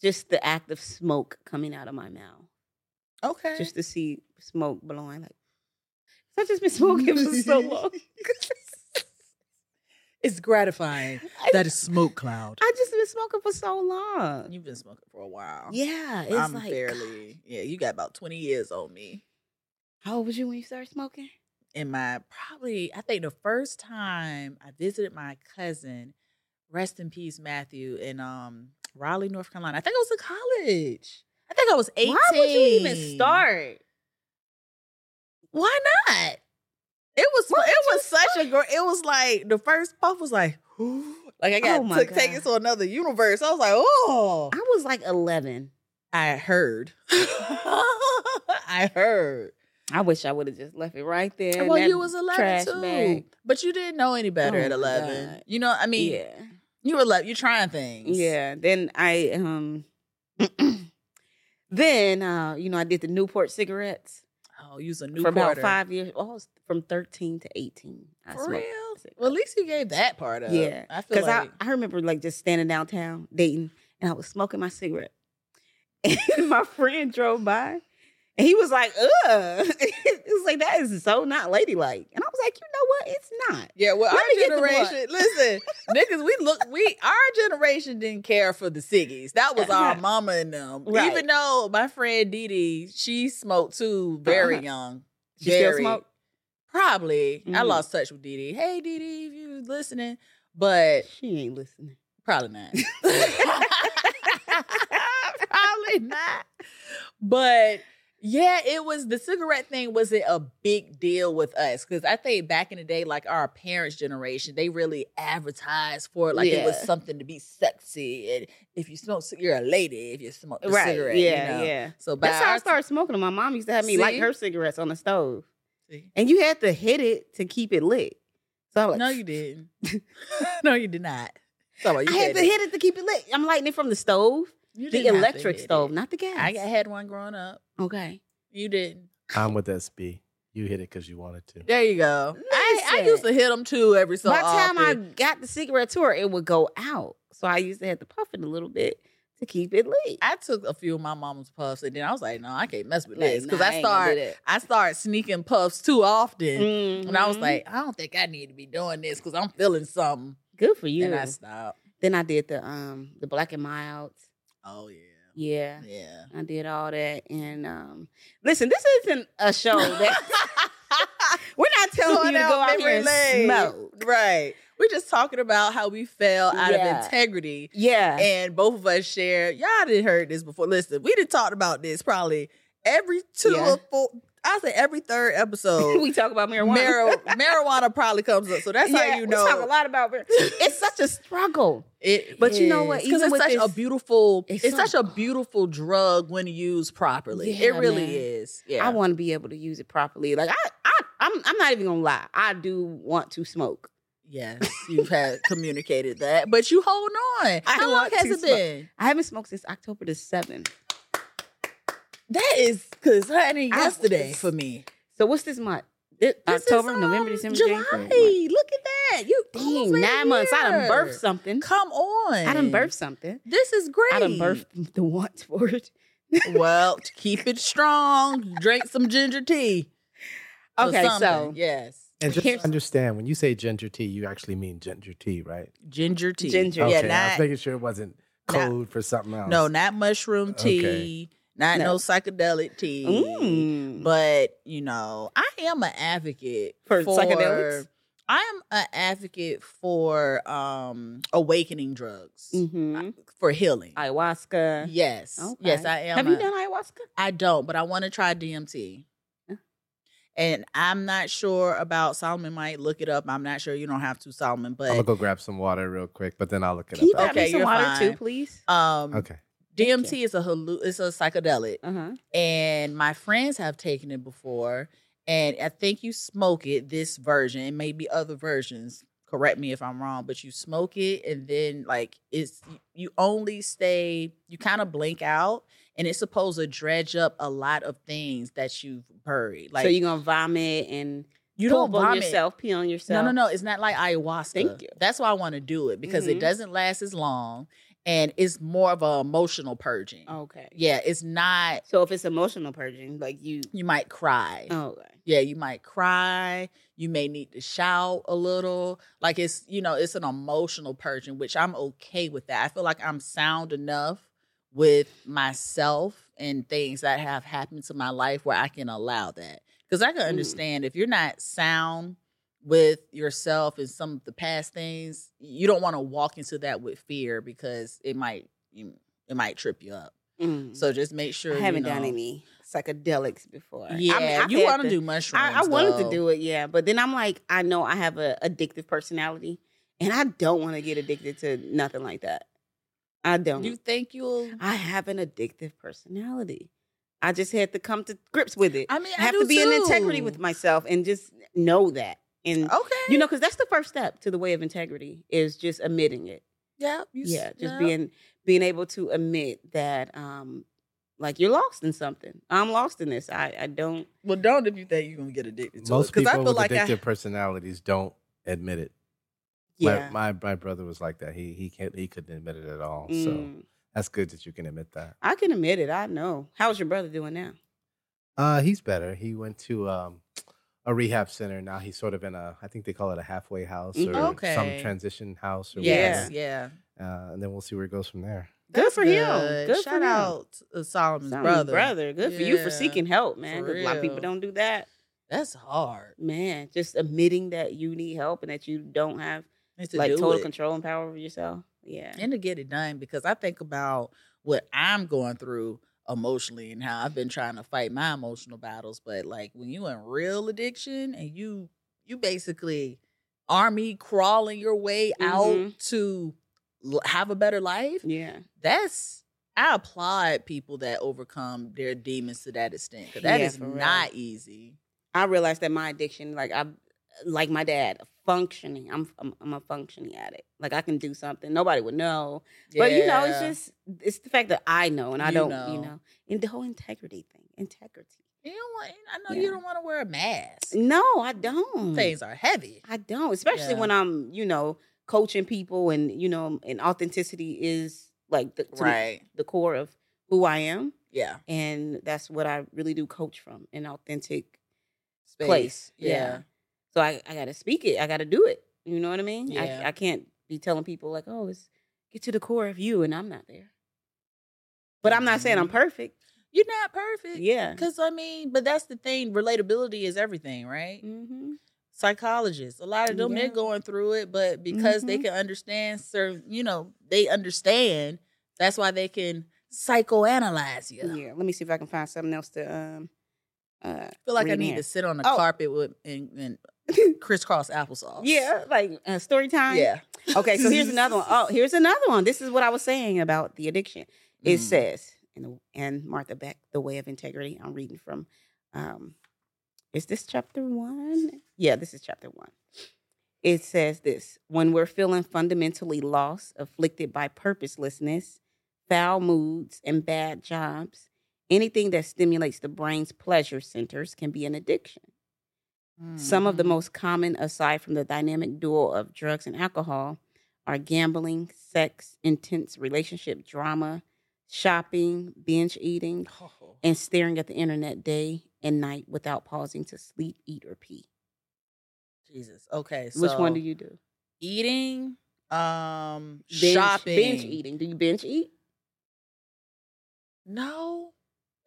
Speaker 2: just the act of smoke coming out of my mouth,
Speaker 3: okay.
Speaker 2: just to see smoke blowing. Like I've just
Speaker 3: [LAUGHS]
Speaker 2: been [LAUGHS] smoking for so [LAUGHS] long.
Speaker 3: it's gratifying
Speaker 2: I-
Speaker 3: that is smoke cloud.
Speaker 2: I just been smoking for so long.
Speaker 3: You've been smoking for a while.
Speaker 2: Yeah, it's
Speaker 3: I'm
Speaker 2: like
Speaker 3: barely. Yeah, you got about 20 years on me.
Speaker 2: How old was you when you started smoking?
Speaker 3: in my probably I think the first time I visited my cousin, rest in peace, Matthew, in um Raleigh, North Carolina. I think I was in college. I think I was eighteen.
Speaker 2: Why would you even start?
Speaker 3: Why not? It was
Speaker 2: Why
Speaker 3: it
Speaker 2: would
Speaker 3: was
Speaker 2: you
Speaker 3: such a gr- it was like the first puff was like [GASPS] like I got
Speaker 2: Oh my
Speaker 3: took taken
Speaker 2: God.
Speaker 3: to another universe. I was like, oh
Speaker 2: I was like eleven.
Speaker 3: I [LAUGHS] heard. I heard.
Speaker 2: I wish I would have just left it right there. in
Speaker 3: well,
Speaker 2: that
Speaker 3: you was 11
Speaker 2: trash
Speaker 3: too.
Speaker 2: bag.
Speaker 3: But you didn't know any better
Speaker 2: Oh
Speaker 3: at
Speaker 2: my
Speaker 3: 11.
Speaker 2: God.
Speaker 3: You know, I mean,
Speaker 2: yeah,
Speaker 3: you were 11, you're trying things.
Speaker 2: yeah. Then I um, [CLEARS THROAT] then uh, you know, I did the Newport cigarettes
Speaker 3: Oh, use a new
Speaker 2: for about
Speaker 3: quarter.
Speaker 2: five years. Oh, I was from thirteen to eighteen. I
Speaker 3: For real?
Speaker 2: smoked
Speaker 3: Well, at least you gave that part up.
Speaker 2: Yeah,
Speaker 3: I feel
Speaker 2: because
Speaker 3: like
Speaker 2: I, I remember like just standing downtown Dayton and I was smoking my cigarette. [LAUGHS] And my friend drove by and he was like, ugh. [LAUGHS] it was like, that is so not ladylike. And I was like, you know what? It's not.
Speaker 3: yeah, well,
Speaker 2: Let me
Speaker 3: our
Speaker 2: get the blunt.
Speaker 3: generation.
Speaker 2: [LAUGHS]
Speaker 3: Listen, niggas, we look, we our generation didn't care for the ciggies. That was
Speaker 2: [LAUGHS]
Speaker 3: our
Speaker 2: Right.
Speaker 3: mama and them.
Speaker 2: Right.
Speaker 3: Even though my friend Dee Dee, she smoked too, very
Speaker 2: Uh-huh.
Speaker 3: young.
Speaker 2: She still
Speaker 3: Very.
Speaker 2: smoke?
Speaker 3: Probably, I
Speaker 2: Mhm.
Speaker 3: lost touch with Dee Dee. Hey, Dee Dee, if you listening, but
Speaker 2: She ain't listening. [LAUGHS]
Speaker 3: Probably not. [LAUGHS] Probably [LAUGHS] not. But yeah, it was the cigarette thing wasn't a big deal with us because I think back in the day, like our parents' generation, they really advertised for it like it was
Speaker 2: Yeah.
Speaker 3: something to be sexy and if you smoke, c- you're a lady if you smoke a
Speaker 2: right.
Speaker 3: cigarette.
Speaker 2: yeah,
Speaker 3: you know?
Speaker 2: yeah.
Speaker 3: So by
Speaker 2: That's how I
Speaker 3: our-
Speaker 2: started smoking. them. My mom used to have me light
Speaker 3: See?
Speaker 2: her cigarettes on the stove. And you had to hit it to keep it lit. So I was like,
Speaker 3: No, you [LAUGHS] didn't. no, you did not. So you
Speaker 2: I had
Speaker 3: did
Speaker 2: to
Speaker 3: it.
Speaker 2: hit it to keep it lit. I'm lighting it from the stove,
Speaker 3: You
Speaker 2: the
Speaker 3: didn't have to
Speaker 2: electric
Speaker 3: hit it.
Speaker 2: stove, not the gas.
Speaker 3: I I had one growing up.
Speaker 2: okay.
Speaker 3: You didn't. [LAUGHS]
Speaker 1: I'm with SB. You hit it because you wanted to.
Speaker 3: There you go. I, I used to hit them too every so uh,
Speaker 2: By the time I
Speaker 3: often.
Speaker 2: got the cigarette tour, it would go out. So I used to have to puff it a little bit to keep it lit.
Speaker 3: I, took a few of my mama's puffs and then I was like, no, I can't mess with
Speaker 2: Like,
Speaker 3: this because
Speaker 2: nah,
Speaker 3: I
Speaker 2: ain't gonna
Speaker 3: start
Speaker 2: do that.
Speaker 3: I start sneaking puffs too often. And I was
Speaker 2: Mhm.
Speaker 3: like, I don't think I need to be doing this because I'm feeling something.
Speaker 2: good for you.
Speaker 3: And I stopped.
Speaker 2: then I did the um the black and milds.
Speaker 3: Oh yeah,
Speaker 2: Yeah.
Speaker 3: yeah.
Speaker 2: I did all that. And um listen, this isn't a show that
Speaker 3: [LAUGHS]
Speaker 2: [LAUGHS] we're not telling
Speaker 3: Going
Speaker 2: you to
Speaker 3: down
Speaker 2: go out here
Speaker 3: memory
Speaker 2: and
Speaker 3: lane.
Speaker 2: smoke.
Speaker 3: right. We're just talking about how we fell out
Speaker 2: Yeah.
Speaker 3: of integrity.
Speaker 2: Yeah.
Speaker 3: And both of us shared. Y'all didn't heard this before. Listen, we didn't talked about this probably every two
Speaker 2: Yeah.
Speaker 3: or four. I say every third episode.
Speaker 2: [LAUGHS] we talk about marijuana.
Speaker 3: Mar- marijuana probably comes up. So that's
Speaker 2: Yeah,
Speaker 3: how you
Speaker 2: We talk a
Speaker 3: know.
Speaker 2: lot about mar- It's such a struggle.
Speaker 3: It
Speaker 2: But you know what?
Speaker 3: Because
Speaker 2: Even
Speaker 3: it's
Speaker 2: with
Speaker 3: such a
Speaker 2: this-
Speaker 3: beautiful, it's,
Speaker 2: It's so-
Speaker 3: such a beautiful drug when used properly.
Speaker 2: Yeah,
Speaker 3: it really
Speaker 2: man.
Speaker 3: is. Yeah.
Speaker 2: I want to be able to use it properly. Like I, I, I'm, I'm not even gonna lie. I do want to smoke.
Speaker 3: yes, you've
Speaker 2: [LAUGHS]
Speaker 3: had communicated that, but you hold on.
Speaker 2: I
Speaker 3: how long
Speaker 2: want
Speaker 3: has
Speaker 2: to
Speaker 3: it
Speaker 2: smoke.
Speaker 3: been?
Speaker 2: I haven't smoked since October the seventh.
Speaker 3: That is because honey,
Speaker 2: I-
Speaker 3: yesterday for me.
Speaker 2: So what's this month? This,
Speaker 3: This is,
Speaker 2: October,
Speaker 3: um,
Speaker 2: November, December,
Speaker 3: July.
Speaker 2: January.
Speaker 3: Look at that. You almost
Speaker 2: Dang,
Speaker 3: made
Speaker 2: nine
Speaker 3: a
Speaker 2: months. I done
Speaker 3: year.
Speaker 2: birthed something.
Speaker 3: Come on.
Speaker 2: I done birthed something.
Speaker 3: This is great.
Speaker 2: I done birthed the want for it.
Speaker 3: well, keep it strong. Drink some ginger tea. or
Speaker 2: Okay,
Speaker 3: something.
Speaker 2: so-
Speaker 3: yes,
Speaker 1: And just
Speaker 2: Here's-
Speaker 1: understand when you say ginger tea, you actually mean ginger tea, right?
Speaker 3: ginger tea.
Speaker 2: Ginger.
Speaker 1: Okay,
Speaker 3: yeah,
Speaker 1: I was
Speaker 3: not
Speaker 1: making sure it wasn't
Speaker 3: not-
Speaker 1: code for something else.
Speaker 3: no, not mushroom
Speaker 1: Okay.
Speaker 3: tea, not no.
Speaker 2: No.
Speaker 3: psychedelic tea.
Speaker 2: Mm.
Speaker 3: But you know, I am an advocate
Speaker 2: For psychedelics?
Speaker 3: I am an advocate for um awakening drugs
Speaker 2: Mhm.
Speaker 3: for healing.
Speaker 2: Ayahuasca.
Speaker 3: yes. Yes,
Speaker 2: Okay.
Speaker 3: I am.
Speaker 2: Have you
Speaker 3: a-
Speaker 2: done ayahuasca?
Speaker 3: I don't, but I want to try DMT.
Speaker 2: Huh.
Speaker 3: And I'm not sure about Solomon might look it up. I'm not sure you don't have to Solomon,
Speaker 1: I'm gonna
Speaker 3: but
Speaker 1: go grab some water real quick, but then I'll look it
Speaker 2: Can you
Speaker 1: up.
Speaker 2: grab
Speaker 3: Okay,
Speaker 2: me some
Speaker 3: you're
Speaker 2: water
Speaker 3: fine.
Speaker 2: too, please?
Speaker 3: um
Speaker 1: Okay.
Speaker 3: DMT is a hallu- it's a psychedelic.
Speaker 2: Uh huh.
Speaker 3: and my friends have taken it before and i think you smoke it this version and maybe other versions correct me if i'm wrong but you smoke it and then like it's you only stay you kind of blink out and it's supposed to dredge up a lot of things that you've buried like
Speaker 2: so you're gonna vomit and
Speaker 3: you
Speaker 2: poop on yourself, pee on yourself.
Speaker 3: no, no, no. It's not like ayahuasca.
Speaker 2: Thank you.
Speaker 3: That's why I want to do it because
Speaker 2: Mhm.
Speaker 3: it doesn't last as long and it's more of a emotional purging.
Speaker 2: Okay.
Speaker 3: Yeah, it's not,
Speaker 2: So if it's emotional purging, like you.
Speaker 3: you might cry.
Speaker 2: Oh, okay.
Speaker 3: yeah you might cry you may need to shout a little like it's you know it's an emotional purging which i'm okay with that i feel like i'm sound enough with myself and things that have happened to my life where i can allow that because i can
Speaker 2: Mm.
Speaker 3: understand if you're not sound with yourself and some of the past things you don't want to walk into that with fear because it might you, it might trip you up
Speaker 2: Mm.
Speaker 3: so just make sure
Speaker 2: I
Speaker 3: you
Speaker 2: haven't done
Speaker 3: know-
Speaker 2: any psychedelics before. I mean,
Speaker 3: yeah
Speaker 2: I've
Speaker 3: you
Speaker 2: had
Speaker 3: want
Speaker 2: the-
Speaker 3: to do mushrooms
Speaker 2: I, I wanted to
Speaker 3: though.
Speaker 2: do it, yeah, but then I'm like, I know I have a addictive personality, and I don't want to get addicted to nothing like that. I don't.
Speaker 3: You think you'll?
Speaker 2: I have an addictive personality. I just had to come to grips with it. I,
Speaker 3: I mean,
Speaker 2: have
Speaker 3: do
Speaker 2: to be in integrity
Speaker 3: too.
Speaker 2: with myself and just know that. And
Speaker 3: Okay.
Speaker 2: you know, because that's the first step to the way of integrity is just admitting it.
Speaker 3: Yeah. You, s-
Speaker 2: yeah, just
Speaker 3: yeah.
Speaker 2: being being able to admit that, um, like you're lost in something. I'm lost in this. I I don't.
Speaker 3: Well, don't if you think you're gonna get addicted to
Speaker 1: Most
Speaker 3: it.
Speaker 1: people
Speaker 3: I feel
Speaker 1: with
Speaker 3: like
Speaker 1: addictive
Speaker 3: I,
Speaker 1: personalities don't admit it.
Speaker 2: Yeah.
Speaker 1: My, my my brother was like that. He he can't he couldn't admit it at all. So
Speaker 2: Mm.
Speaker 1: that's good that you can admit that.
Speaker 2: I can admit it. I know. How's your brother doing now?
Speaker 1: Uh, he's better. He went to um, a rehab center. Now he's sort of in a, I think they call it a halfway house or
Speaker 2: Mhm.
Speaker 1: some
Speaker 3: Mm, Okay.
Speaker 1: transition house or
Speaker 3: yes.
Speaker 1: whatever.
Speaker 3: Yeah. yeah.
Speaker 1: Uh, and then we'll see where it goes from there.
Speaker 2: Good
Speaker 3: That's
Speaker 2: for him. Good
Speaker 3: Shout
Speaker 2: for him.
Speaker 3: out to Solomon's
Speaker 2: Sound
Speaker 3: brother.
Speaker 2: brother. Good for you for
Speaker 3: Yeah.
Speaker 2: seeking help, man.
Speaker 3: For
Speaker 2: 'cause A lot of people
Speaker 3: real.
Speaker 2: don't do that.
Speaker 3: That's hard.
Speaker 2: Man, just admitting that you need help and that you don't have
Speaker 3: It's to
Speaker 2: like
Speaker 3: do
Speaker 2: total
Speaker 3: it.
Speaker 2: control and power over yourself. Yeah.
Speaker 3: and to get it done because I think about what I'm going through emotionally and how I've been trying to fight my emotional battles. But like when you in real addiction and you you basically army crawling your way
Speaker 2: Mhm.
Speaker 3: out to l- have a better life.
Speaker 2: Yeah.
Speaker 3: That's I applaud people that overcome their demons to that extent because that
Speaker 2: Yeah,
Speaker 3: is
Speaker 2: for real.
Speaker 3: not easy.
Speaker 2: I realized that my addiction, like I'm like my dad, functioning. I'm I'm, I'm a functioning addict. Like I can do something. Nobody would know. But you know, it's
Speaker 3: Yeah.
Speaker 2: just it's the fact that I know and I
Speaker 3: You
Speaker 2: don't, you
Speaker 3: know.
Speaker 2: know. And the whole integrity thing. Integrity.
Speaker 3: you don't want, I know
Speaker 2: Yeah.
Speaker 3: you don't want to wear a mask.
Speaker 2: No, I don't.
Speaker 3: Things are heavy.
Speaker 2: I don't, especially
Speaker 3: Yeah.
Speaker 2: when I'm, you know, coaching people and you know, and authenticity is like the to the-
Speaker 3: Right.
Speaker 2: the core of who I am,
Speaker 3: Yeah.
Speaker 2: and that's what I really do coach from an authentic
Speaker 3: Space.
Speaker 2: place.
Speaker 3: yeah.
Speaker 2: So I, I got to speak it. I got to do it. You know what I mean?
Speaker 3: Yeah.
Speaker 2: I, I can't be telling people like, oh, it's get to the core of you, and I'm not there. But I'm not saying I'm
Speaker 3: Mhm.
Speaker 2: perfect.
Speaker 3: You're not perfect.
Speaker 2: Yeah.
Speaker 3: Because, I mean, but that's the thing. Relatability is everything, right?
Speaker 2: Mm-hmm.
Speaker 3: Psychologists, a lot of them,
Speaker 2: Yeah.
Speaker 3: they're going through it, but because they
Speaker 2: Mhm.
Speaker 3: can understand, certain, you know, they understand, that's why they can psychoanalyze you.
Speaker 2: Yeah. Let me see if I can find something else to um. Uh,
Speaker 3: I feel like I
Speaker 2: Read
Speaker 3: need
Speaker 2: here.
Speaker 3: to sit on the
Speaker 2: Oh.
Speaker 3: carpet with and,
Speaker 2: [LAUGHS]
Speaker 3: and crisscross applesauce.
Speaker 2: yeah, like uh, story time.
Speaker 3: Yeah.
Speaker 2: Okay, so here's
Speaker 3: [LAUGHS]
Speaker 2: another one. Oh, here's another one. This is what I was saying about the addiction. It
Speaker 3: Mm.
Speaker 2: says, and, and Martha Beck, The Way of Integrity. I'm reading from, um, is this chapter one? Yeah, this is chapter one. It says this when we're feeling fundamentally lost, afflicted by purposelessness, foul moods, and bad jobs, anything that stimulates the brain's pleasure centers can be an addiction. Some of the
Speaker 3: Mhm.
Speaker 2: most common, aside from the dynamic duo of drugs and alcohol, are gambling, sex, intense relationship drama, shopping, binge eating,
Speaker 3: Oh.
Speaker 2: and staring at the internet day and night without pausing to sleep, eat, or pee.
Speaker 3: [LAUGHS] Jesus. Okay. So
Speaker 2: Which one do you do?
Speaker 3: eating? Um,
Speaker 2: Binge,
Speaker 3: shopping.
Speaker 2: Binge eating. Do you binge eat?
Speaker 3: No.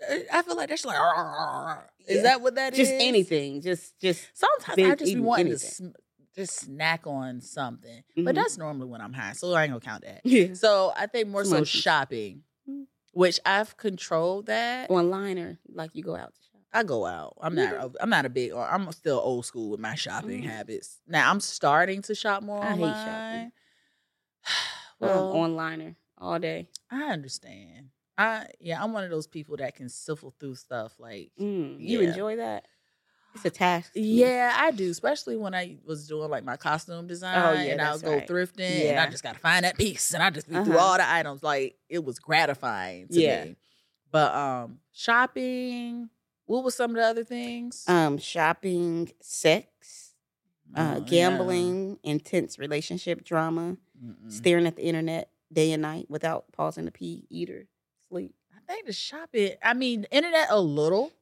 Speaker 3: Uh, I feel like that's like, "Arr, arr, arr, arr."
Speaker 2: Yeah.
Speaker 3: is that what that is?
Speaker 2: just anything. Just, just.
Speaker 3: Sometimes I
Speaker 2: Binge
Speaker 3: just be
Speaker 2: eating
Speaker 3: wanting to
Speaker 2: anything.
Speaker 3: sm- just snack on something.
Speaker 2: Mhm.
Speaker 3: But that's normally when I'm high, so I ain't gonna count that.
Speaker 2: [LAUGHS] Yeah.
Speaker 3: So I think more so
Speaker 2: Emotions.
Speaker 3: shopping,
Speaker 2: Mm.
Speaker 3: which I've controlled that.
Speaker 2: One liner, like you go out to shop.
Speaker 3: I go out. I'm
Speaker 2: You
Speaker 3: not. A, I'm not a big. Or I'm still old school with my shopping
Speaker 2: Mm.
Speaker 3: habits. Now I'm starting to shop more
Speaker 2: I hate
Speaker 3: online. [SIGHS]
Speaker 2: shopping.
Speaker 3: well,
Speaker 2: Well, one liner all day.
Speaker 3: I understand. I yeah, I'm one of those people that can siffle through stuff. Like
Speaker 2: Mm, You
Speaker 3: Yeah.
Speaker 2: enjoy that? It's a task. to me.
Speaker 3: yeah, I do. Especially when I was doing like my costume design,
Speaker 2: yeah,
Speaker 3: and I'll
Speaker 2: that's
Speaker 3: go
Speaker 2: right.
Speaker 3: thrifting, and I
Speaker 2: Yeah.
Speaker 3: just gotta find that piece, and I just look through
Speaker 2: Uh-huh.
Speaker 3: all the items. Like it was gratifying to
Speaker 2: Yeah.
Speaker 3: me. But um, shopping. What was some of the other things?
Speaker 2: Um, shopping, sex,
Speaker 3: Oh,
Speaker 2: uh,
Speaker 3: yeah.
Speaker 2: gambling, intense relationship drama,
Speaker 3: Mm-mm.
Speaker 2: staring at the internet day and night without pausing to pee, eat or sleep.
Speaker 3: I think the shopping. I mean, internet a little,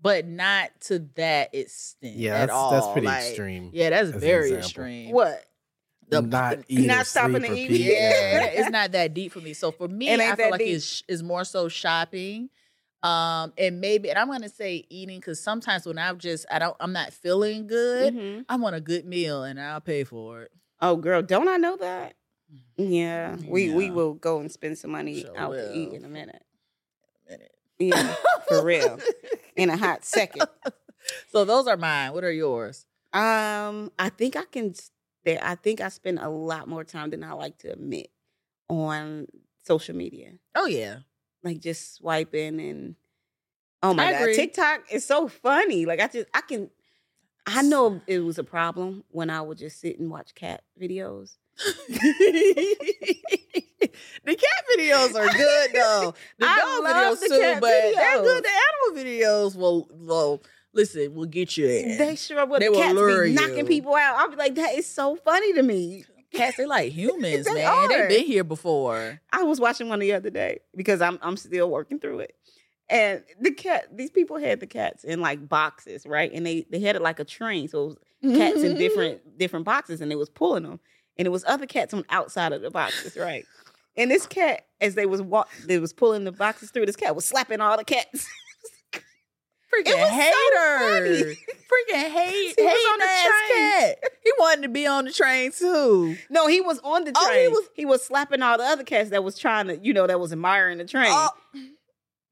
Speaker 3: but not to that extent.
Speaker 1: Yeah,
Speaker 3: at
Speaker 1: that's,
Speaker 3: all.
Speaker 1: that's pretty
Speaker 3: Like,
Speaker 1: extreme.
Speaker 3: Yeah, that's
Speaker 1: as an
Speaker 3: very
Speaker 1: example.
Speaker 3: extreme.
Speaker 2: What?
Speaker 3: The-
Speaker 1: not eat
Speaker 2: not
Speaker 1: or
Speaker 2: stopping
Speaker 1: sleep
Speaker 2: to
Speaker 1: or
Speaker 3: [LAUGHS]
Speaker 2: eat.
Speaker 1: pee.
Speaker 3: yeah,
Speaker 2: Yeah.
Speaker 3: it's not that deep for me. So for me,
Speaker 2: It ain't
Speaker 3: I feel
Speaker 2: that
Speaker 3: like
Speaker 2: deep.
Speaker 3: it's is more so shopping, um, and maybe, and I'm gonna say eating because sometimes when I'm just, I don't, I'm not feeling good.
Speaker 2: Mhm.
Speaker 3: I want a good meal and I'll pay for it.
Speaker 2: Oh, girl, don't I know that? Yeah, we we
Speaker 3: Mm. Yeah.
Speaker 2: will go and spend some money
Speaker 3: Sure
Speaker 2: out to eat
Speaker 3: will.
Speaker 2: in a minute.
Speaker 3: Minute.
Speaker 2: Yeah, for real. in a hot second.
Speaker 3: [LAUGHS] So those are mine. What are yours?
Speaker 2: Um, I think I can. s- that- I think I spend a lot more time than I like to admit on social media,
Speaker 3: Oh yeah, [LAUGHS]
Speaker 2: like just swiping and. Oh my
Speaker 3: I
Speaker 2: god,
Speaker 3: agree.
Speaker 2: TikTok is so funny. Like I just I can. I know it was a problem when I would just sit and watch cat videos.
Speaker 3: the cat videos are good though. The
Speaker 2: I
Speaker 3: dog
Speaker 2: love
Speaker 3: videos
Speaker 2: the
Speaker 3: too,
Speaker 2: cat
Speaker 3: but they're good.
Speaker 2: videos.
Speaker 3: The animal videos will will listen. Will get you in.
Speaker 2: They sure would.
Speaker 3: They will
Speaker 2: cats
Speaker 3: lure
Speaker 2: be knocking
Speaker 3: you.
Speaker 2: people out. I'll be like, that is so funny to me.
Speaker 3: Cats, [LAUGHS] they like humans,
Speaker 2: They
Speaker 3: man. They've
Speaker 2: are.
Speaker 3: been here before.
Speaker 2: I was watching one the other day because I'm I'm still working through it. And the cat, these people had the cats in like boxes, right? And they they had it like a train, so it was cats
Speaker 3: [LAUGHS] Mm-hmm.
Speaker 2: in different different boxes, and it was pulling them, and it was other cats on outside of the boxes, right? And this cat, as they was walk, they was pulling the boxes through. This cat was slapping all the cats. [LAUGHS]
Speaker 3: freaking
Speaker 2: It was so
Speaker 3: hater. freaking [LAUGHS] hate,
Speaker 2: He was
Speaker 3: hate
Speaker 2: on the
Speaker 3: ass
Speaker 2: train.
Speaker 3: cat. He wanted to be on the train too.
Speaker 2: no, he was on the train.
Speaker 3: Oh, he
Speaker 2: he
Speaker 3: was-
Speaker 2: was slapping all the other cats that was trying to, you know, that was admiring the train.
Speaker 3: Oh,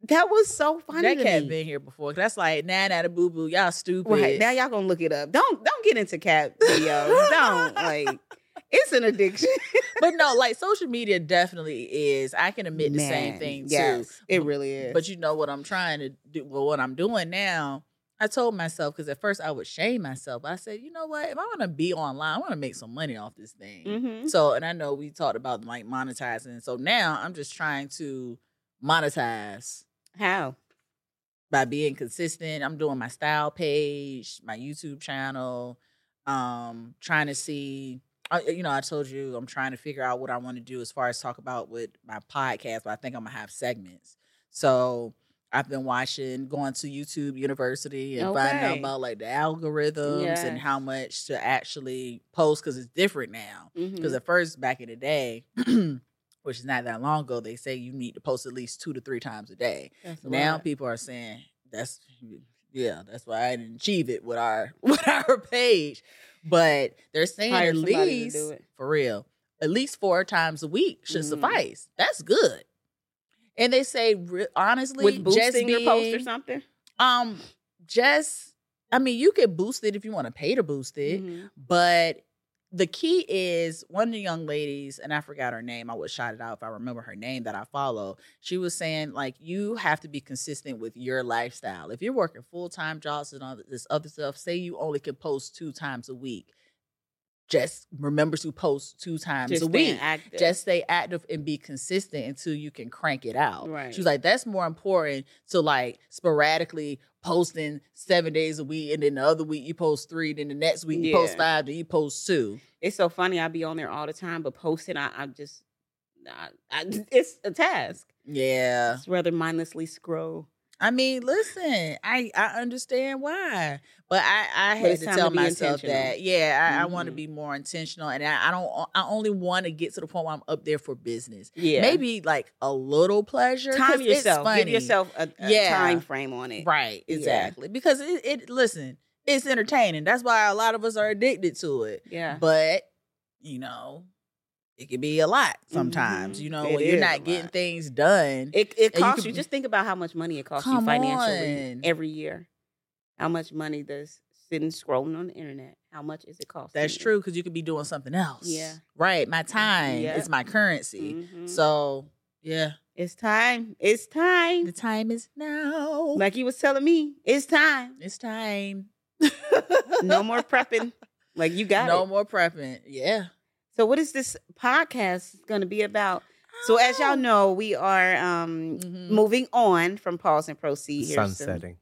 Speaker 2: That was so funny.
Speaker 3: that
Speaker 2: to
Speaker 3: cat
Speaker 2: me.
Speaker 3: been here before. That's like nah, nah, the boo boo. Y'all stupid.
Speaker 2: Right now, y'all gonna look it up. Don't don't get into
Speaker 3: [LAUGHS]
Speaker 2: cat videos. don't like it's an addiction.
Speaker 3: but no, like social media definitely is. I can [LAUGHS] admit the same
Speaker 2: Man,
Speaker 3: thing too.
Speaker 2: Yes, it really is.
Speaker 3: But you know what I'm trying to do? Well, what I'm doing now, I told myself because at first I would shame myself. I said, you know what? If I want to be online, I want to make some money off this thing.
Speaker 2: Mhm.
Speaker 3: So, and I know we talked about like monetizing. So now I'm just trying to monetize
Speaker 2: how?
Speaker 3: by being consistent. I'm doing my style page, my YouTube channel, um, trying to see. I- You know, I told you I'm trying to figure out what I want to do as far as talk about with my podcast, but I think I'm gonna have segments. So I've been watching, going to YouTube University and finding out
Speaker 2: Okay.
Speaker 3: about like the algorithms and
Speaker 2: Yes.
Speaker 3: how much to actually post because it's different now. Because
Speaker 2: Mhm.
Speaker 3: at first, back in the day, [CLEARS THROAT] which is not that long ago, they say you need to post at least two to three times a day.
Speaker 2: That's a
Speaker 3: now
Speaker 2: lot.
Speaker 3: people are saying that's yeah, that's why I didn't achieve it with our [LAUGHS] with our page. But they're saying
Speaker 2: Hire
Speaker 3: at
Speaker 2: somebody to do
Speaker 3: least
Speaker 2: it.
Speaker 3: for real, at least four times a week should
Speaker 2: Mhm.
Speaker 3: suffice. That's good. And they say re- honestly,
Speaker 2: with
Speaker 3: just
Speaker 2: boosting your post or
Speaker 3: being-
Speaker 2: something.
Speaker 3: Um, just I mean, you can boost it if you want to pay to boost it.
Speaker 2: Mhm.
Speaker 3: But the key is one of the young ladies, and I forgot her name. I would shout it out if I remember her name that I follow. She was saying, like, you have to be consistent with your lifestyle. If you're working full time jobs and all this other stuff, say you only can post two times a week. Just remember to post two times
Speaker 2: Just
Speaker 3: um, a
Speaker 2: being
Speaker 3: week.
Speaker 2: active.
Speaker 3: Just stay active and be consistent until you can crank it out.
Speaker 2: Right.
Speaker 3: She was like, that's more important to like sporadically posting seven days a week, and then the other week you post three, then the next week you post
Speaker 2: Yeah.
Speaker 3: five, then you post two.
Speaker 2: it's so funny. I be on there all the time, but posting, I, I just, I, I, [LAUGHS] it's a task.
Speaker 3: Yeah.
Speaker 2: It's rather mindlessly scroll.
Speaker 3: I mean, listen, I I understand why, but I I
Speaker 2: But
Speaker 3: had
Speaker 2: it's
Speaker 3: to
Speaker 2: time
Speaker 3: tell
Speaker 2: to be
Speaker 3: myself
Speaker 2: intentional.
Speaker 3: that yeah, I, I want to
Speaker 2: Mhm.
Speaker 3: be more intentional, and I, I don't uh, I only want to get to the point where I'm up there for business.
Speaker 2: Yeah,
Speaker 3: Maybe like a little pleasure. 'cause
Speaker 2: time
Speaker 3: it's
Speaker 2: yourself.
Speaker 3: funny.
Speaker 2: Give yourself a, a
Speaker 3: Yeah.
Speaker 2: time frame on it.
Speaker 3: Right,
Speaker 2: Yeah.
Speaker 3: exactly. Because it, it listen, it's entertaining. That's why a lot of us are addicted to it.
Speaker 2: Yeah.
Speaker 3: But, you know, it can be a lot sometimes,
Speaker 2: Mhm.
Speaker 3: you know,
Speaker 2: It
Speaker 3: when you're
Speaker 2: is a
Speaker 3: not getting
Speaker 2: lot.
Speaker 3: things done.
Speaker 2: It it
Speaker 3: you
Speaker 2: costs
Speaker 3: could-
Speaker 2: you, Just think about how much money it costs you
Speaker 3: Come
Speaker 2: financially
Speaker 3: on.
Speaker 2: every year. How much money does sitting scrolling on the internet? How much is it costing?
Speaker 3: That's
Speaker 2: you?
Speaker 3: true because you could be doing something else.
Speaker 2: Yeah. Mm,
Speaker 3: Right. My time
Speaker 2: Yeah.
Speaker 3: is my currency.
Speaker 2: Mhm.
Speaker 3: So, yeah.
Speaker 2: it's time. It's time.
Speaker 3: The time is now.
Speaker 2: Like you was telling me, it's time.
Speaker 3: it's time.
Speaker 2: [LAUGHS]
Speaker 3: [LAUGHS]
Speaker 2: No more prepping. Like you got
Speaker 3: no
Speaker 2: it.
Speaker 3: more prepping. Yeah.
Speaker 2: So what is this podcast going to be about? So as
Speaker 3: Oh.
Speaker 2: y'all know, we are um
Speaker 3: Mhm.
Speaker 2: moving on from pause and proceed here
Speaker 3: [LAUGHS]
Speaker 2: soon.
Speaker 1: Sunsetting.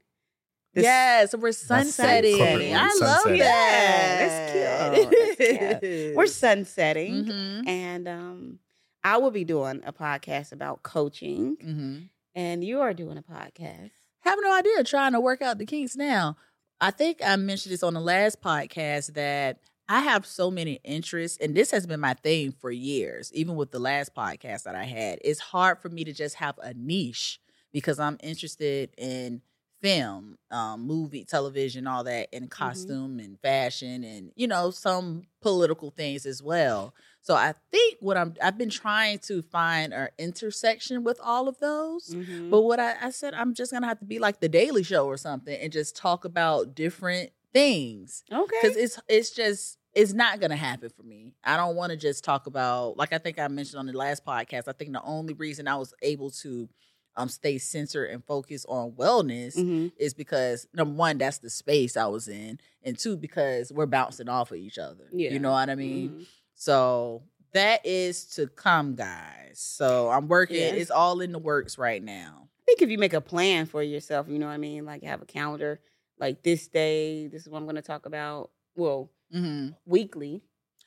Speaker 2: This-
Speaker 3: yes, we're
Speaker 1: That's so
Speaker 3: sunsetting.
Speaker 1: corporate
Speaker 3: I
Speaker 1: word,
Speaker 3: love
Speaker 1: sunsetting.
Speaker 3: that.
Speaker 2: Yeah, that's cute. That's [LAUGHS] We're sunsetting,
Speaker 3: hmm
Speaker 2: and um, I will be doing a podcast about coaching,
Speaker 3: hmm
Speaker 2: and you are doing a podcast.
Speaker 3: Have no idea trying to work out the kinks now. I think I mentioned this on the last podcast that I have so many interests, and this has been my thing for years, even with the last podcast that I had. It's hard for me to just have a niche because I'm interested in film, um, movie, television, all that, and costume and fashion and, you know, some political things as well. So I think what I'm I've been trying to find an intersection with all of those.
Speaker 2: Mm-hmm.
Speaker 3: But what I, I said, I'm just gonna have to be like the Daily Show or something, and just talk about different things because
Speaker 2: okay,
Speaker 3: it's it's just it's not gonna happen for me. I don't want to just talk about like I think I mentioned on the last podcast. I think the only reason I was able to um stay centered and focus on wellness
Speaker 2: Mhm.
Speaker 3: is because number one, that's the space I was in, and two, because we're bouncing off of each other.
Speaker 2: Yeah.
Speaker 3: You know what I mean?
Speaker 2: Mhm.
Speaker 3: So that is to come, guys. So I'm working.
Speaker 2: Yeah.
Speaker 3: It's all in the works right now.
Speaker 2: I think if you make a plan for yourself, you know what I mean, like have a calendar, like this day, this is what I'm going to talk about. Well,
Speaker 3: Mm-hmm.
Speaker 2: weekly,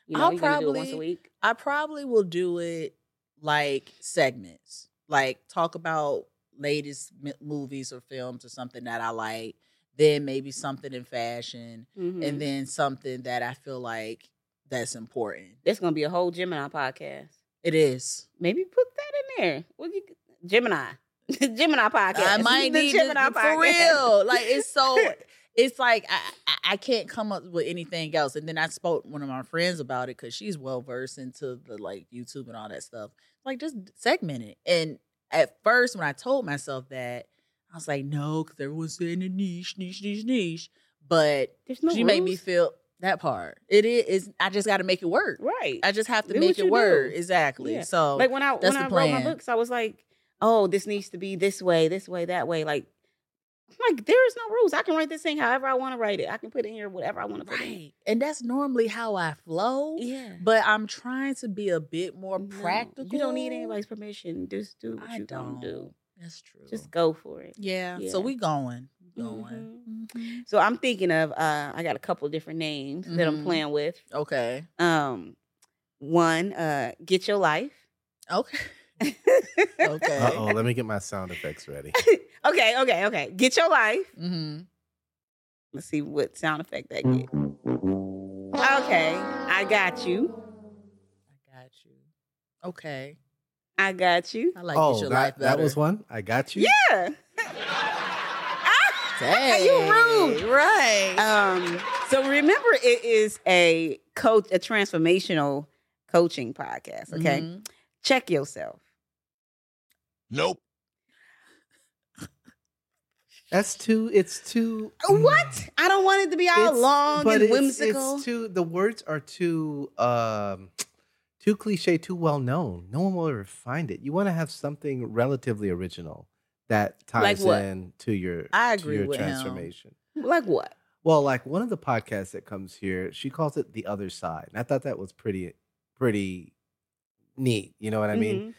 Speaker 2: you know,
Speaker 3: I'll
Speaker 2: you're going to do it once a
Speaker 3: probably-
Speaker 2: week.
Speaker 3: I probably will do it like segments, like talk about latest m- movies or films or something that I like. Then maybe something in fashion,
Speaker 2: Mhm.
Speaker 3: and then something that I feel like that's important.
Speaker 2: There's going to be a whole Gemini podcast.
Speaker 3: It is.
Speaker 2: Maybe put that in there. Well, you Gemini, [LAUGHS] Gemini
Speaker 3: I
Speaker 2: podcast.
Speaker 3: might
Speaker 2: [LAUGHS] The
Speaker 3: need to, for
Speaker 2: [LAUGHS]
Speaker 3: real. Like it's so it's like I, I I can't come up with anything else. And then I spoke to one of my friends about it because she's well versed into the like YouTube and all that stuff. Like just segment it. And at first, when I told myself that, I was like, no, because everyone's saying the niche, niche, niche, niche. But
Speaker 2: There's no
Speaker 3: she made me
Speaker 2: rules.
Speaker 3: feel that part. It is. I just got to make it work.
Speaker 2: right.
Speaker 3: I just have to
Speaker 2: Do
Speaker 3: make
Speaker 2: what
Speaker 3: it
Speaker 2: you
Speaker 3: work.
Speaker 2: do.
Speaker 3: Exactly.
Speaker 2: Yeah.
Speaker 3: So
Speaker 2: like when I
Speaker 3: that's
Speaker 2: when I
Speaker 3: the
Speaker 2: wrote my
Speaker 3: plan.
Speaker 2: books, I was like, oh, this needs to be this way, this way, that way. Like, I'm like there is no rules. I can write this thing however I want to write it. I can put it in here whatever I want to put in.
Speaker 3: right, and that's normally how I flow.
Speaker 2: Yeah.
Speaker 3: But I'm trying to be a bit more
Speaker 2: No,
Speaker 3: practical.
Speaker 2: You don't need anybody's permission. Just do what
Speaker 3: I
Speaker 2: you don't do.
Speaker 3: don't. That's true.
Speaker 2: Just go for it.
Speaker 3: Yeah.
Speaker 2: Yeah.
Speaker 3: So we going. We going. Mhm.
Speaker 2: So I'm thinking of uh I got a couple different names that I'm
Speaker 3: Mhm.
Speaker 2: playing with.
Speaker 3: Okay.
Speaker 2: Um one, uh Get Your Life.
Speaker 3: [LAUGHS] Okay. Okay.
Speaker 1: Uh oh, let me get my sound effects ready.
Speaker 2: [LAUGHS] okay, okay, okay. Get your life.
Speaker 3: hmm
Speaker 2: Let's see what sound effect that gets. Okay, I got you.
Speaker 3: I got you. Okay.
Speaker 2: I got you.
Speaker 3: I like
Speaker 1: oh,
Speaker 3: get your
Speaker 1: that,
Speaker 3: life
Speaker 1: that
Speaker 3: better.
Speaker 1: was one. I got you.
Speaker 2: Yeah. [LAUGHS] Ah,
Speaker 3: Dang.
Speaker 2: You rude.
Speaker 3: Right.
Speaker 2: um. So remember, it is a coach, a transformational coaching podcast. Okay,
Speaker 3: Mhm.
Speaker 2: check yourself.
Speaker 4: Nope.
Speaker 1: That's too. It's too.
Speaker 2: What? I don't want it to be all
Speaker 1: Mm. It's-
Speaker 2: long
Speaker 1: but
Speaker 2: and
Speaker 1: it's-
Speaker 2: whimsical.
Speaker 1: It's too. The words are too. Um, too cliche. Too well known. No one will ever find it. You want to have something relatively original that
Speaker 3: Like
Speaker 1: ties
Speaker 3: what?
Speaker 1: in to your.
Speaker 3: I
Speaker 1: to
Speaker 3: agree
Speaker 1: your
Speaker 3: with him.
Speaker 1: transformation.
Speaker 2: like what?
Speaker 1: Well, like one of the podcasts that comes here, she calls it the other side, and I thought that was pretty, pretty neat. You know what I mean?
Speaker 2: Mhm.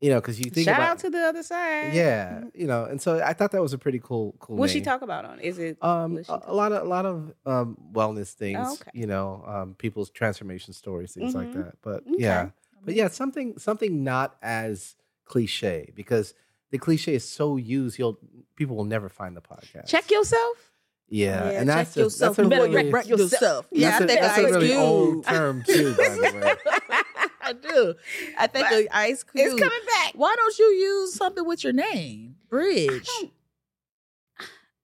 Speaker 1: You know, because you think
Speaker 2: shout
Speaker 1: about
Speaker 2: out to the other side.
Speaker 1: yeah, you know, and so I thought that was a pretty cool, cool.
Speaker 2: What she
Speaker 1: name.
Speaker 2: talk about on? Is it?
Speaker 1: Um,
Speaker 2: what she
Speaker 1: a,
Speaker 2: talk-
Speaker 1: a lot of a lot of um, wellness things.
Speaker 2: okay.
Speaker 1: You know, um, people's transformation stories, things
Speaker 2: Mhm.
Speaker 1: like
Speaker 3: Mm-hmm.
Speaker 1: that. But
Speaker 2: Okay.
Speaker 1: yeah, but yeah, something something not as cliche because the cliche is so used, you'll people will never find the podcast.
Speaker 2: check yourself.
Speaker 1: Yeah, and that's
Speaker 3: check
Speaker 1: a,
Speaker 3: yourself.
Speaker 1: that's a
Speaker 3: you better
Speaker 1: really,
Speaker 3: wreck yourself. Yeah,
Speaker 1: that's
Speaker 3: I
Speaker 1: a-
Speaker 3: think
Speaker 1: that's
Speaker 3: Ice
Speaker 1: a really
Speaker 3: Cube. [LAUGHS]
Speaker 1: old term too, by the
Speaker 2: [LAUGHS]
Speaker 1: way.
Speaker 3: I do. I think
Speaker 2: But
Speaker 3: of Ice Cube.
Speaker 2: It's coming back.
Speaker 3: Why don't you use something with your name, Bridge?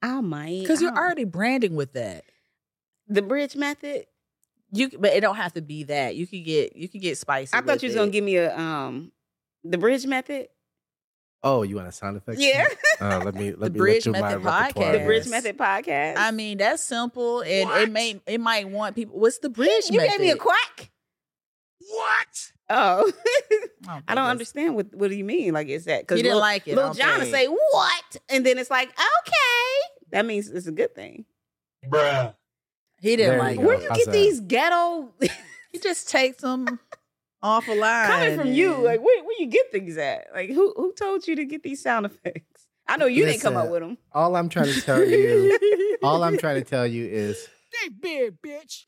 Speaker 2: I might
Speaker 3: Because
Speaker 2: I
Speaker 3: you're
Speaker 2: don't-
Speaker 3: um already branding with that.
Speaker 2: the bridge method.
Speaker 3: You, c- but it don't have to be that. You could get you could get spicy.
Speaker 2: I thought
Speaker 3: with
Speaker 2: you was
Speaker 3: it.
Speaker 2: gonna give me a um, the bridge method.
Speaker 1: Oh, you want
Speaker 3: [LAUGHS]
Speaker 1: a sound effect?
Speaker 2: Yeah,
Speaker 1: Uh, let me let me
Speaker 3: Bridge
Speaker 1: look through
Speaker 3: Method
Speaker 1: my repertoire.
Speaker 3: Podcast.
Speaker 2: [LAUGHS] the bridge
Speaker 3: Yes.
Speaker 2: method podcast.
Speaker 3: I mean, that's simple, and
Speaker 4: What?
Speaker 3: it may it might want people. What's the bridge
Speaker 2: you
Speaker 3: method?
Speaker 2: gave me a quack.
Speaker 4: What?
Speaker 2: Oh, [LAUGHS] I don't
Speaker 3: goodness.
Speaker 2: understand what what do you mean? Like, is that
Speaker 3: You didn't
Speaker 2: Lil-
Speaker 3: like it. I
Speaker 2: Lil
Speaker 3: don't
Speaker 2: John will
Speaker 3: think.
Speaker 2: say what, and then it's like okay, that means it's a good thing.
Speaker 4: Bruh.
Speaker 3: he didn't
Speaker 1: There
Speaker 3: like. it.
Speaker 1: you go.
Speaker 2: Where do you
Speaker 1: how's
Speaker 2: get
Speaker 1: that?
Speaker 2: these ghetto
Speaker 3: He just takes them off a line.
Speaker 2: [LAUGHS] coming from you?
Speaker 3: and-
Speaker 2: Like, where where you get things at? Like, who who told you to get these sound effects? I know you didn't come up
Speaker 1: Listen,
Speaker 2: with them.
Speaker 1: All I'm trying to tell
Speaker 3: [LAUGHS]
Speaker 1: you,
Speaker 2: [LAUGHS]
Speaker 1: all I'm trying to tell you is
Speaker 4: They big, bitch.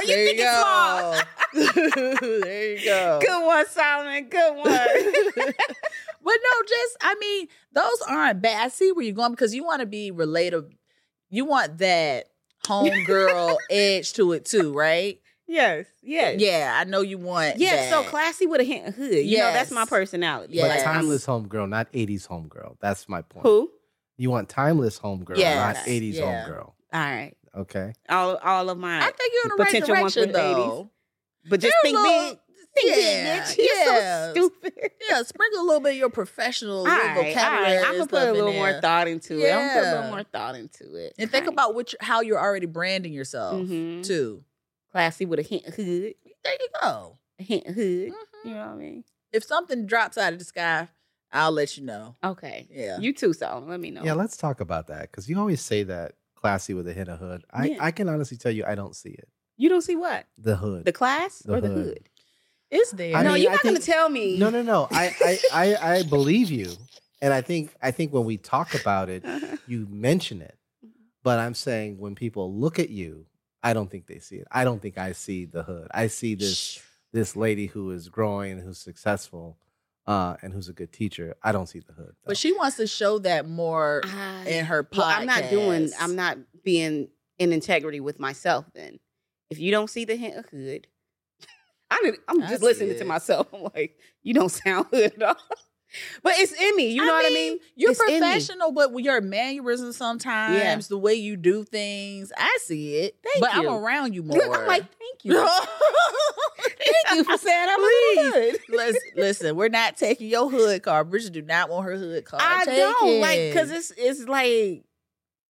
Speaker 2: you
Speaker 3: there
Speaker 2: think
Speaker 3: you
Speaker 2: it's small.
Speaker 3: go.
Speaker 2: [LAUGHS]
Speaker 3: [LAUGHS] there you go.
Speaker 2: Good one, Solomon. Good
Speaker 3: [LAUGHS]
Speaker 2: one. [LAUGHS]
Speaker 3: but no, just I mean, those aren't bad. I see where you're going because you want to be relatable. You want
Speaker 2: [LAUGHS]
Speaker 3: that homegirl edge to it too, right?
Speaker 2: yes, yes.
Speaker 3: Yeah, I know you want.
Speaker 2: Yeah, so
Speaker 3: that.
Speaker 2: classy with a hint of hood. You know, that's my
Speaker 3: Yes.
Speaker 2: personality.
Speaker 3: Yes.
Speaker 2: Like,
Speaker 1: but
Speaker 2: I'm-
Speaker 1: timeless homegirl, not 80s homegirl. That's my point.
Speaker 2: Who?
Speaker 1: You want timeless homegirl,
Speaker 3: Yes.
Speaker 1: not 80s
Speaker 3: Yeah.
Speaker 1: homegirl.
Speaker 2: All right.
Speaker 1: Okay.
Speaker 2: All all of mine.
Speaker 3: I think you're in the
Speaker 2: Potential
Speaker 3: right
Speaker 2: ones
Speaker 3: direction
Speaker 2: with the 80s.
Speaker 3: though.
Speaker 2: but just
Speaker 3: They're
Speaker 2: think
Speaker 3: a little-
Speaker 2: big. Think
Speaker 3: Yeah,
Speaker 2: big, bitch. You're
Speaker 3: yes.
Speaker 2: so stupid.
Speaker 3: Yeah, sprinkle a little bit of your professional
Speaker 2: All
Speaker 3: little
Speaker 2: right, all
Speaker 3: vocabulary.
Speaker 2: right. I'm gonna
Speaker 3: and
Speaker 2: put
Speaker 3: stuff
Speaker 2: a
Speaker 3: in
Speaker 2: little more
Speaker 3: there.
Speaker 2: thought into it. I'm gonna put a
Speaker 3: Yeah.
Speaker 2: little more thought into it.
Speaker 3: and think
Speaker 2: Right.
Speaker 3: about what you, how you're already branding yourself
Speaker 2: Mhm.
Speaker 3: too.
Speaker 2: classy with a hint of hood.
Speaker 3: There you go.
Speaker 2: A hint of hood. You
Speaker 3: Mhm.
Speaker 2: know what I mean?
Speaker 3: If something drops out of the sky, I'll let you know.
Speaker 2: Okay.
Speaker 3: Yeah.
Speaker 2: You too, so let me know.
Speaker 1: Yeah, let's talk about that because you always say that classy with a hint of hood. I,
Speaker 2: Yeah.
Speaker 1: I can honestly tell you, I don't see it.
Speaker 2: you don't see what?
Speaker 1: The hood.
Speaker 2: The class
Speaker 1: The
Speaker 2: or the
Speaker 1: hood.
Speaker 2: hood?
Speaker 3: it's there.
Speaker 1: I
Speaker 2: no,
Speaker 1: mean,
Speaker 2: you're
Speaker 1: I
Speaker 2: not gonna
Speaker 1: think-
Speaker 2: tell me.
Speaker 1: no,
Speaker 2: [LAUGHS]
Speaker 1: no, no. I, I, I, I believe you, and I think I think when we talk about it,
Speaker 2: Uh-huh.
Speaker 1: you mention it. But I'm saying when people look at you, I don't think they see it. I don't think I see the hood. I see this this lady who is growing, who's successful, uh, and who's a good teacher. I don't see the hood. though.
Speaker 3: but she [LAUGHS] wants to show that more
Speaker 2: I-
Speaker 3: in her podcast.
Speaker 2: Ah, well, I'm not doing. I'm not being in integrity with myself. Then, if you don't see the hint of hood, [LAUGHS] I didn't, I'm
Speaker 3: I
Speaker 2: just
Speaker 3: see
Speaker 2: listening
Speaker 3: it.
Speaker 2: to myself. [LAUGHS] I'm like, you don't sound hood at all. [LAUGHS] But it's in me. You know what I mean?
Speaker 3: You're
Speaker 2: It's in me.
Speaker 3: professional, but with your mannerisms sometimes, the way you do things, I see it.
Speaker 2: Thank
Speaker 3: but
Speaker 2: you.
Speaker 3: I'm around you more.
Speaker 2: Look, I'm like, thank you,
Speaker 3: [LAUGHS]
Speaker 2: [LAUGHS] thank you for saying I'm
Speaker 3: Please.
Speaker 2: a little hood.
Speaker 3: Let's listen. We're not taking your hood card. Bridget do not want her hood card.
Speaker 2: I
Speaker 3: Oh, Take
Speaker 2: don't
Speaker 3: it.
Speaker 2: like because it's it's like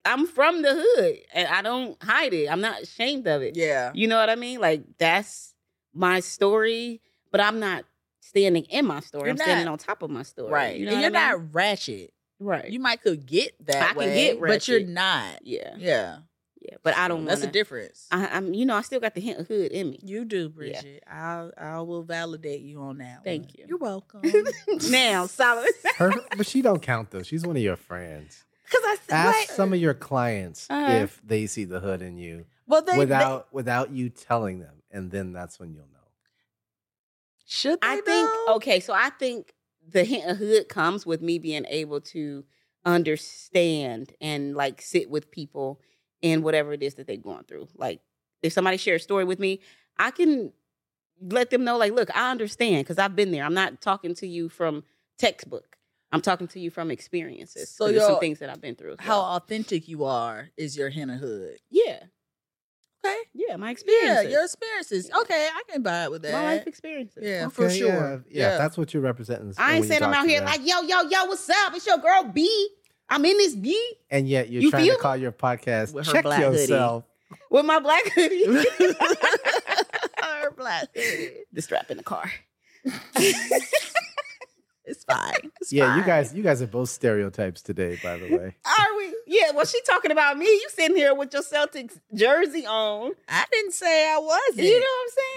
Speaker 2: I'm from the hood and I don't hide it. I'm not ashamed of it.
Speaker 3: yeah.
Speaker 2: You know what I mean? Like that's my story, but I'm not standing in my story.
Speaker 3: You're
Speaker 2: I'm standing
Speaker 3: not.
Speaker 2: on top of my story.
Speaker 3: Right.
Speaker 2: You know
Speaker 3: and
Speaker 2: what
Speaker 3: you're
Speaker 2: I mean?
Speaker 3: not ratchet.
Speaker 2: right.
Speaker 3: You might could get
Speaker 2: I
Speaker 3: that
Speaker 2: can
Speaker 3: way,
Speaker 2: get
Speaker 3: but you're
Speaker 2: ratchet.
Speaker 3: not.
Speaker 2: yeah.
Speaker 3: Yeah.
Speaker 2: Yeah. But I don't
Speaker 3: That's
Speaker 2: want
Speaker 3: the difference.
Speaker 2: I, I'm you know, I still got the hint of hood in me. [LAUGHS]
Speaker 3: you do, Bridget. I I will validate you on that.
Speaker 2: Thank
Speaker 3: one.
Speaker 2: you.
Speaker 3: You're welcome.
Speaker 2: [LAUGHS]
Speaker 3: [LAUGHS]
Speaker 2: now, Solomon.
Speaker 1: Her, but she don't count though. She's one of your friends.
Speaker 3: Because I said,
Speaker 1: Ask
Speaker 3: what?
Speaker 1: some of your clients
Speaker 2: Uh-huh.
Speaker 1: if they see the hood in you
Speaker 3: well, they, they
Speaker 1: without without you telling them, and then that's when you'll know.
Speaker 3: should. They
Speaker 2: I think
Speaker 3: though?
Speaker 2: okay, so I think the hint of hood comes with me being able to understand and like sit with people in whatever it is that they've gone through. Like if somebody shares a story with me, I can let them know, like, look, I understand because I've been there. I'm not talking to you from textbook. I'm talking to you from experiences.
Speaker 3: So
Speaker 2: So there's
Speaker 3: your-
Speaker 2: some things that I've been through. as
Speaker 3: How
Speaker 2: well.
Speaker 3: authentic you are is your henna hood.
Speaker 2: Yeah.
Speaker 3: Okay.
Speaker 2: Yeah, my
Speaker 3: Yeah,
Speaker 2: experiences.
Speaker 3: your experiences. Okay, I can buy it with that.
Speaker 2: my life experiences.
Speaker 3: Yeah,
Speaker 1: Okay,
Speaker 3: for
Speaker 1: yeah,
Speaker 3: sure.
Speaker 1: Yeah, if that's what you're representing.
Speaker 2: I
Speaker 1: when
Speaker 2: ain't
Speaker 1: you
Speaker 2: saying I'm
Speaker 1: talk
Speaker 2: out
Speaker 1: to
Speaker 2: here
Speaker 1: them.
Speaker 2: like, yo, yo, yo, what's up? It's your girl B. I'm in this B.
Speaker 1: and yet you're
Speaker 2: You
Speaker 1: trying
Speaker 2: feel
Speaker 1: to call your podcast
Speaker 3: With her
Speaker 1: "Check
Speaker 3: black hoodie.
Speaker 1: Yourself."
Speaker 2: with my black hoodie.
Speaker 3: [LAUGHS] Or black hood.
Speaker 2: [LAUGHS] the strap in the car.
Speaker 3: It's fine. It's
Speaker 1: Yeah, you
Speaker 3: fine.
Speaker 1: guys, you guys are both stereotypes today, by the way.
Speaker 2: Are we? [LAUGHS] Yeah. Well, she talking about me. You sitting here with your Celtics jersey on.
Speaker 3: I didn't say I wasn't.
Speaker 2: You know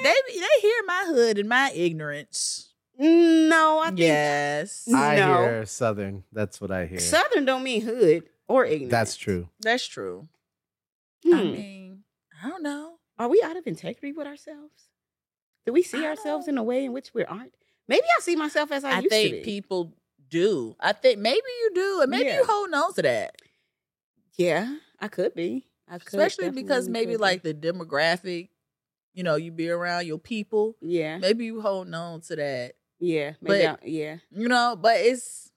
Speaker 2: what
Speaker 3: they they hear my hood and my ignorance.
Speaker 2: I'm saying? No, I think
Speaker 3: Yes,
Speaker 2: Mm.
Speaker 1: I
Speaker 2: No.
Speaker 1: hear Southern. That's what I hear.
Speaker 2: Southern don't mean hood or ignorant.
Speaker 1: That's true.
Speaker 3: that's true.
Speaker 2: Hmm.
Speaker 3: I mean, I don't know.
Speaker 2: Are we out of integrity with ourselves? Do we see
Speaker 3: I
Speaker 2: ourselves
Speaker 3: don't-
Speaker 2: in a way in which we aren't? Maybe I see myself as I,
Speaker 3: I
Speaker 2: used to
Speaker 3: think
Speaker 2: be.
Speaker 3: people do. I think maybe you do, and maybe
Speaker 2: Yeah.
Speaker 3: you hold on to that,
Speaker 2: yeah, I could be. I could
Speaker 3: especially because
Speaker 2: definitely
Speaker 3: maybe
Speaker 2: could be.
Speaker 3: like the demographic, you know, you be around your people.
Speaker 2: yeah,
Speaker 3: Maybe you holding on to that.
Speaker 2: yeah,
Speaker 3: But-
Speaker 2: maybe I- yeah.
Speaker 3: you know but it's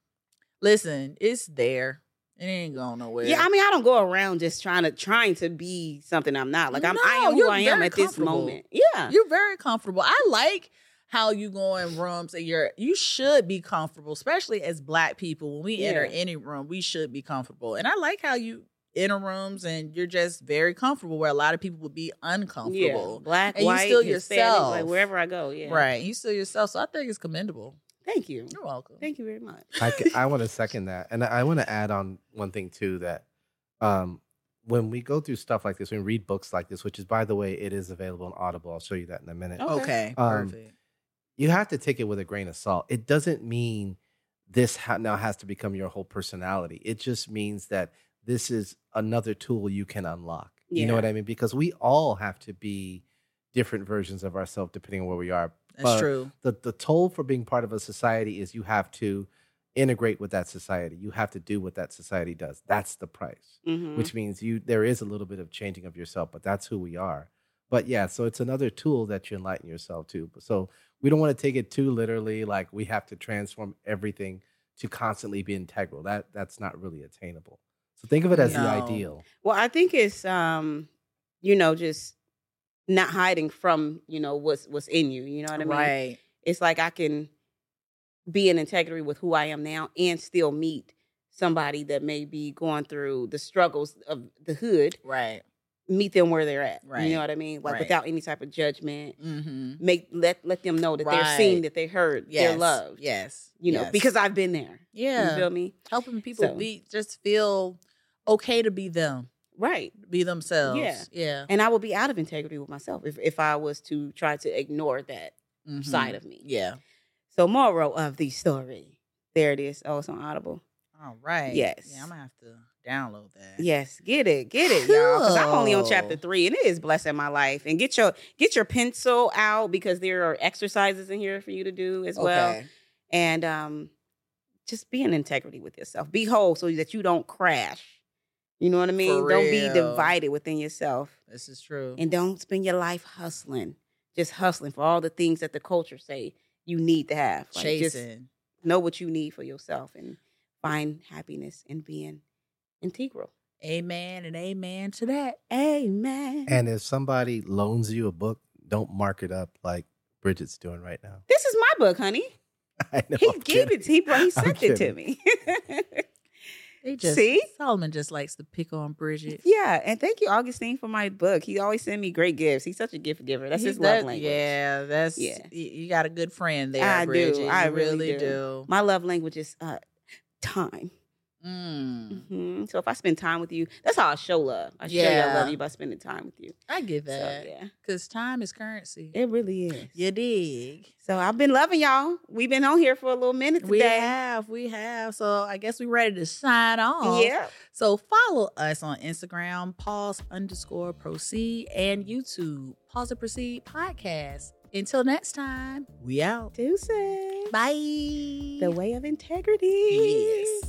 Speaker 3: listen it's there It ain't going nowhere.
Speaker 2: Yeah, I mean, I don't go around just trying to trying to be something I'm not. Like I'm, I
Speaker 3: No,
Speaker 2: am who
Speaker 3: you're
Speaker 2: I am
Speaker 3: very
Speaker 2: at this
Speaker 3: comfortable.
Speaker 2: moment. Yeah,
Speaker 3: You're very comfortable. I like how you go in rooms and you're you should be comfortable, especially as black people. When we enter
Speaker 2: Yeah.
Speaker 3: any room, we should be comfortable. And I like how you enter rooms and you're just very comfortable where a lot of people would be
Speaker 2: yeah.
Speaker 3: uncomfortable.
Speaker 2: Black,
Speaker 3: And you
Speaker 2: white,
Speaker 3: still
Speaker 2: Hispanic,
Speaker 3: yourself.
Speaker 2: like wherever I go. Yeah,
Speaker 3: Right. You still yourself. So I think it's commendable.
Speaker 2: Thank you,
Speaker 3: You're welcome.
Speaker 2: thank you very much.
Speaker 1: I,
Speaker 2: [LAUGHS]
Speaker 1: want to second that, and I want to add on one thing too that um, when we go through stuff like this, when we read books like this, which is by the way, it is available on Audible. I'll show you that in a minute.
Speaker 2: Okay.
Speaker 3: Okay.
Speaker 1: Um,
Speaker 3: Perfect.
Speaker 1: You have to take it with a grain of salt. It doesn't mean this ha- now has to become your whole personality. It just means that this is another tool you can unlock. You know
Speaker 2: Yeah.
Speaker 1: what I mean? Because we all have to be different versions of ourselves depending on where we are.
Speaker 3: That's
Speaker 1: uh,
Speaker 3: true.
Speaker 1: the the toll for being part of a society is you have to integrate with that society. You have to do what that society does. That's the price.
Speaker 2: Mhm.
Speaker 1: Which means you there is a little bit of changing of yourself, but that's who we are. But yeah, so it's another tool that you enlighten yourself to. So we don't want to take it too literally like we have to transform everything to constantly be integral. That that's not really attainable. So think of it as the
Speaker 3: No.
Speaker 1: ideal.
Speaker 2: Well, I think it's um, you know, just not hiding from you know what's what's in you. You know what I mean?
Speaker 3: Right.
Speaker 2: It's like I can be in integrity with who I am now and still meet somebody that may be going through the struggles of the hood.
Speaker 3: Right.
Speaker 2: Meet them where they're at. You
Speaker 3: Right.
Speaker 2: know what I mean? Like
Speaker 3: Right.
Speaker 2: without any type of judgment.
Speaker 3: Mm-hmm.
Speaker 2: Make let let them know that they're seen,
Speaker 3: Right.
Speaker 2: that they heard, they're loved.
Speaker 3: Yes.
Speaker 2: You know,
Speaker 3: Yes.
Speaker 2: because I've been there.
Speaker 3: yeah,
Speaker 2: You feel me?
Speaker 3: helping people
Speaker 2: So-
Speaker 3: be just feel okay to be them,
Speaker 2: Right.
Speaker 3: be themselves.
Speaker 2: Yeah.
Speaker 3: Yeah.
Speaker 2: And I would be out of integrity with myself if, if I was to try to ignore that
Speaker 3: Mhm.
Speaker 2: side of me.
Speaker 3: Yeah.
Speaker 2: So moral of the story. There it is. Oh, it's on Audible.
Speaker 3: All right.
Speaker 2: Yes.
Speaker 3: Yeah, I'm gonna have to download that.
Speaker 2: Yes, get it, get it, y'all. Because I'm only on
Speaker 3: Cool.
Speaker 2: chapter three, and it is blessing my life. And get your get your pencil out because there are exercises in here for you to do as well.
Speaker 3: Okay.
Speaker 2: And um, just be in integrity with yourself. Be whole so that you don't crash. You know what I mean? Don't be
Speaker 3: real.
Speaker 2: divided within yourself,
Speaker 3: This is true.
Speaker 1: Mm-hmm.
Speaker 2: and don't spend your life hustling, just hustling for all the things that the culture say you need to have. Like, just
Speaker 3: Chasing.
Speaker 2: know what you need for yourself and find happiness in being integral.
Speaker 3: Amen and amen to that.
Speaker 2: Amen.
Speaker 1: And if somebody loans you a book, don't mark it up like Bridget's doing right now. [LAUGHS]
Speaker 2: this is my book, honey.
Speaker 1: I know.
Speaker 2: He
Speaker 1: I'm
Speaker 2: gave
Speaker 1: kidding.
Speaker 2: it. He brought.
Speaker 1: [LAUGHS]
Speaker 2: He
Speaker 1: I'm
Speaker 2: sent it to
Speaker 1: kidding.
Speaker 2: me. [LAUGHS]
Speaker 3: They just
Speaker 2: See?
Speaker 3: Solomon just likes to pick on Bridget.
Speaker 2: yeah, and thank you, Augustine, for my book. He always send me great gifts. He's such a gift giver. That's
Speaker 3: He
Speaker 2: his love
Speaker 3: does-
Speaker 2: language.
Speaker 3: Yeah, that's
Speaker 2: Yeah.
Speaker 3: y- You got a good friend there,
Speaker 2: I do.
Speaker 3: Bridget. You
Speaker 2: I really
Speaker 3: really,
Speaker 2: do.
Speaker 3: do.
Speaker 2: My love language is uh, time.
Speaker 3: Mm.
Speaker 2: hmm So if I spend time with you, that's how I show love. I show you I
Speaker 3: Yeah.
Speaker 2: love you by spending time with you.
Speaker 3: I get that
Speaker 2: So yeah,
Speaker 3: because time is currency.
Speaker 2: it really is.
Speaker 3: you dig?
Speaker 2: So I've been loving y'all. We've been on here for a little minute
Speaker 3: We
Speaker 2: today.
Speaker 3: have, we have. So I guess we ready to sign off.
Speaker 2: Yeah.
Speaker 3: So follow us on Instagram, pause underscore proceed, and YouTube, pause and proceed podcast. Until next time, we out.
Speaker 2: Deuces.
Speaker 3: Bye.
Speaker 2: The way of integrity.
Speaker 3: Yes.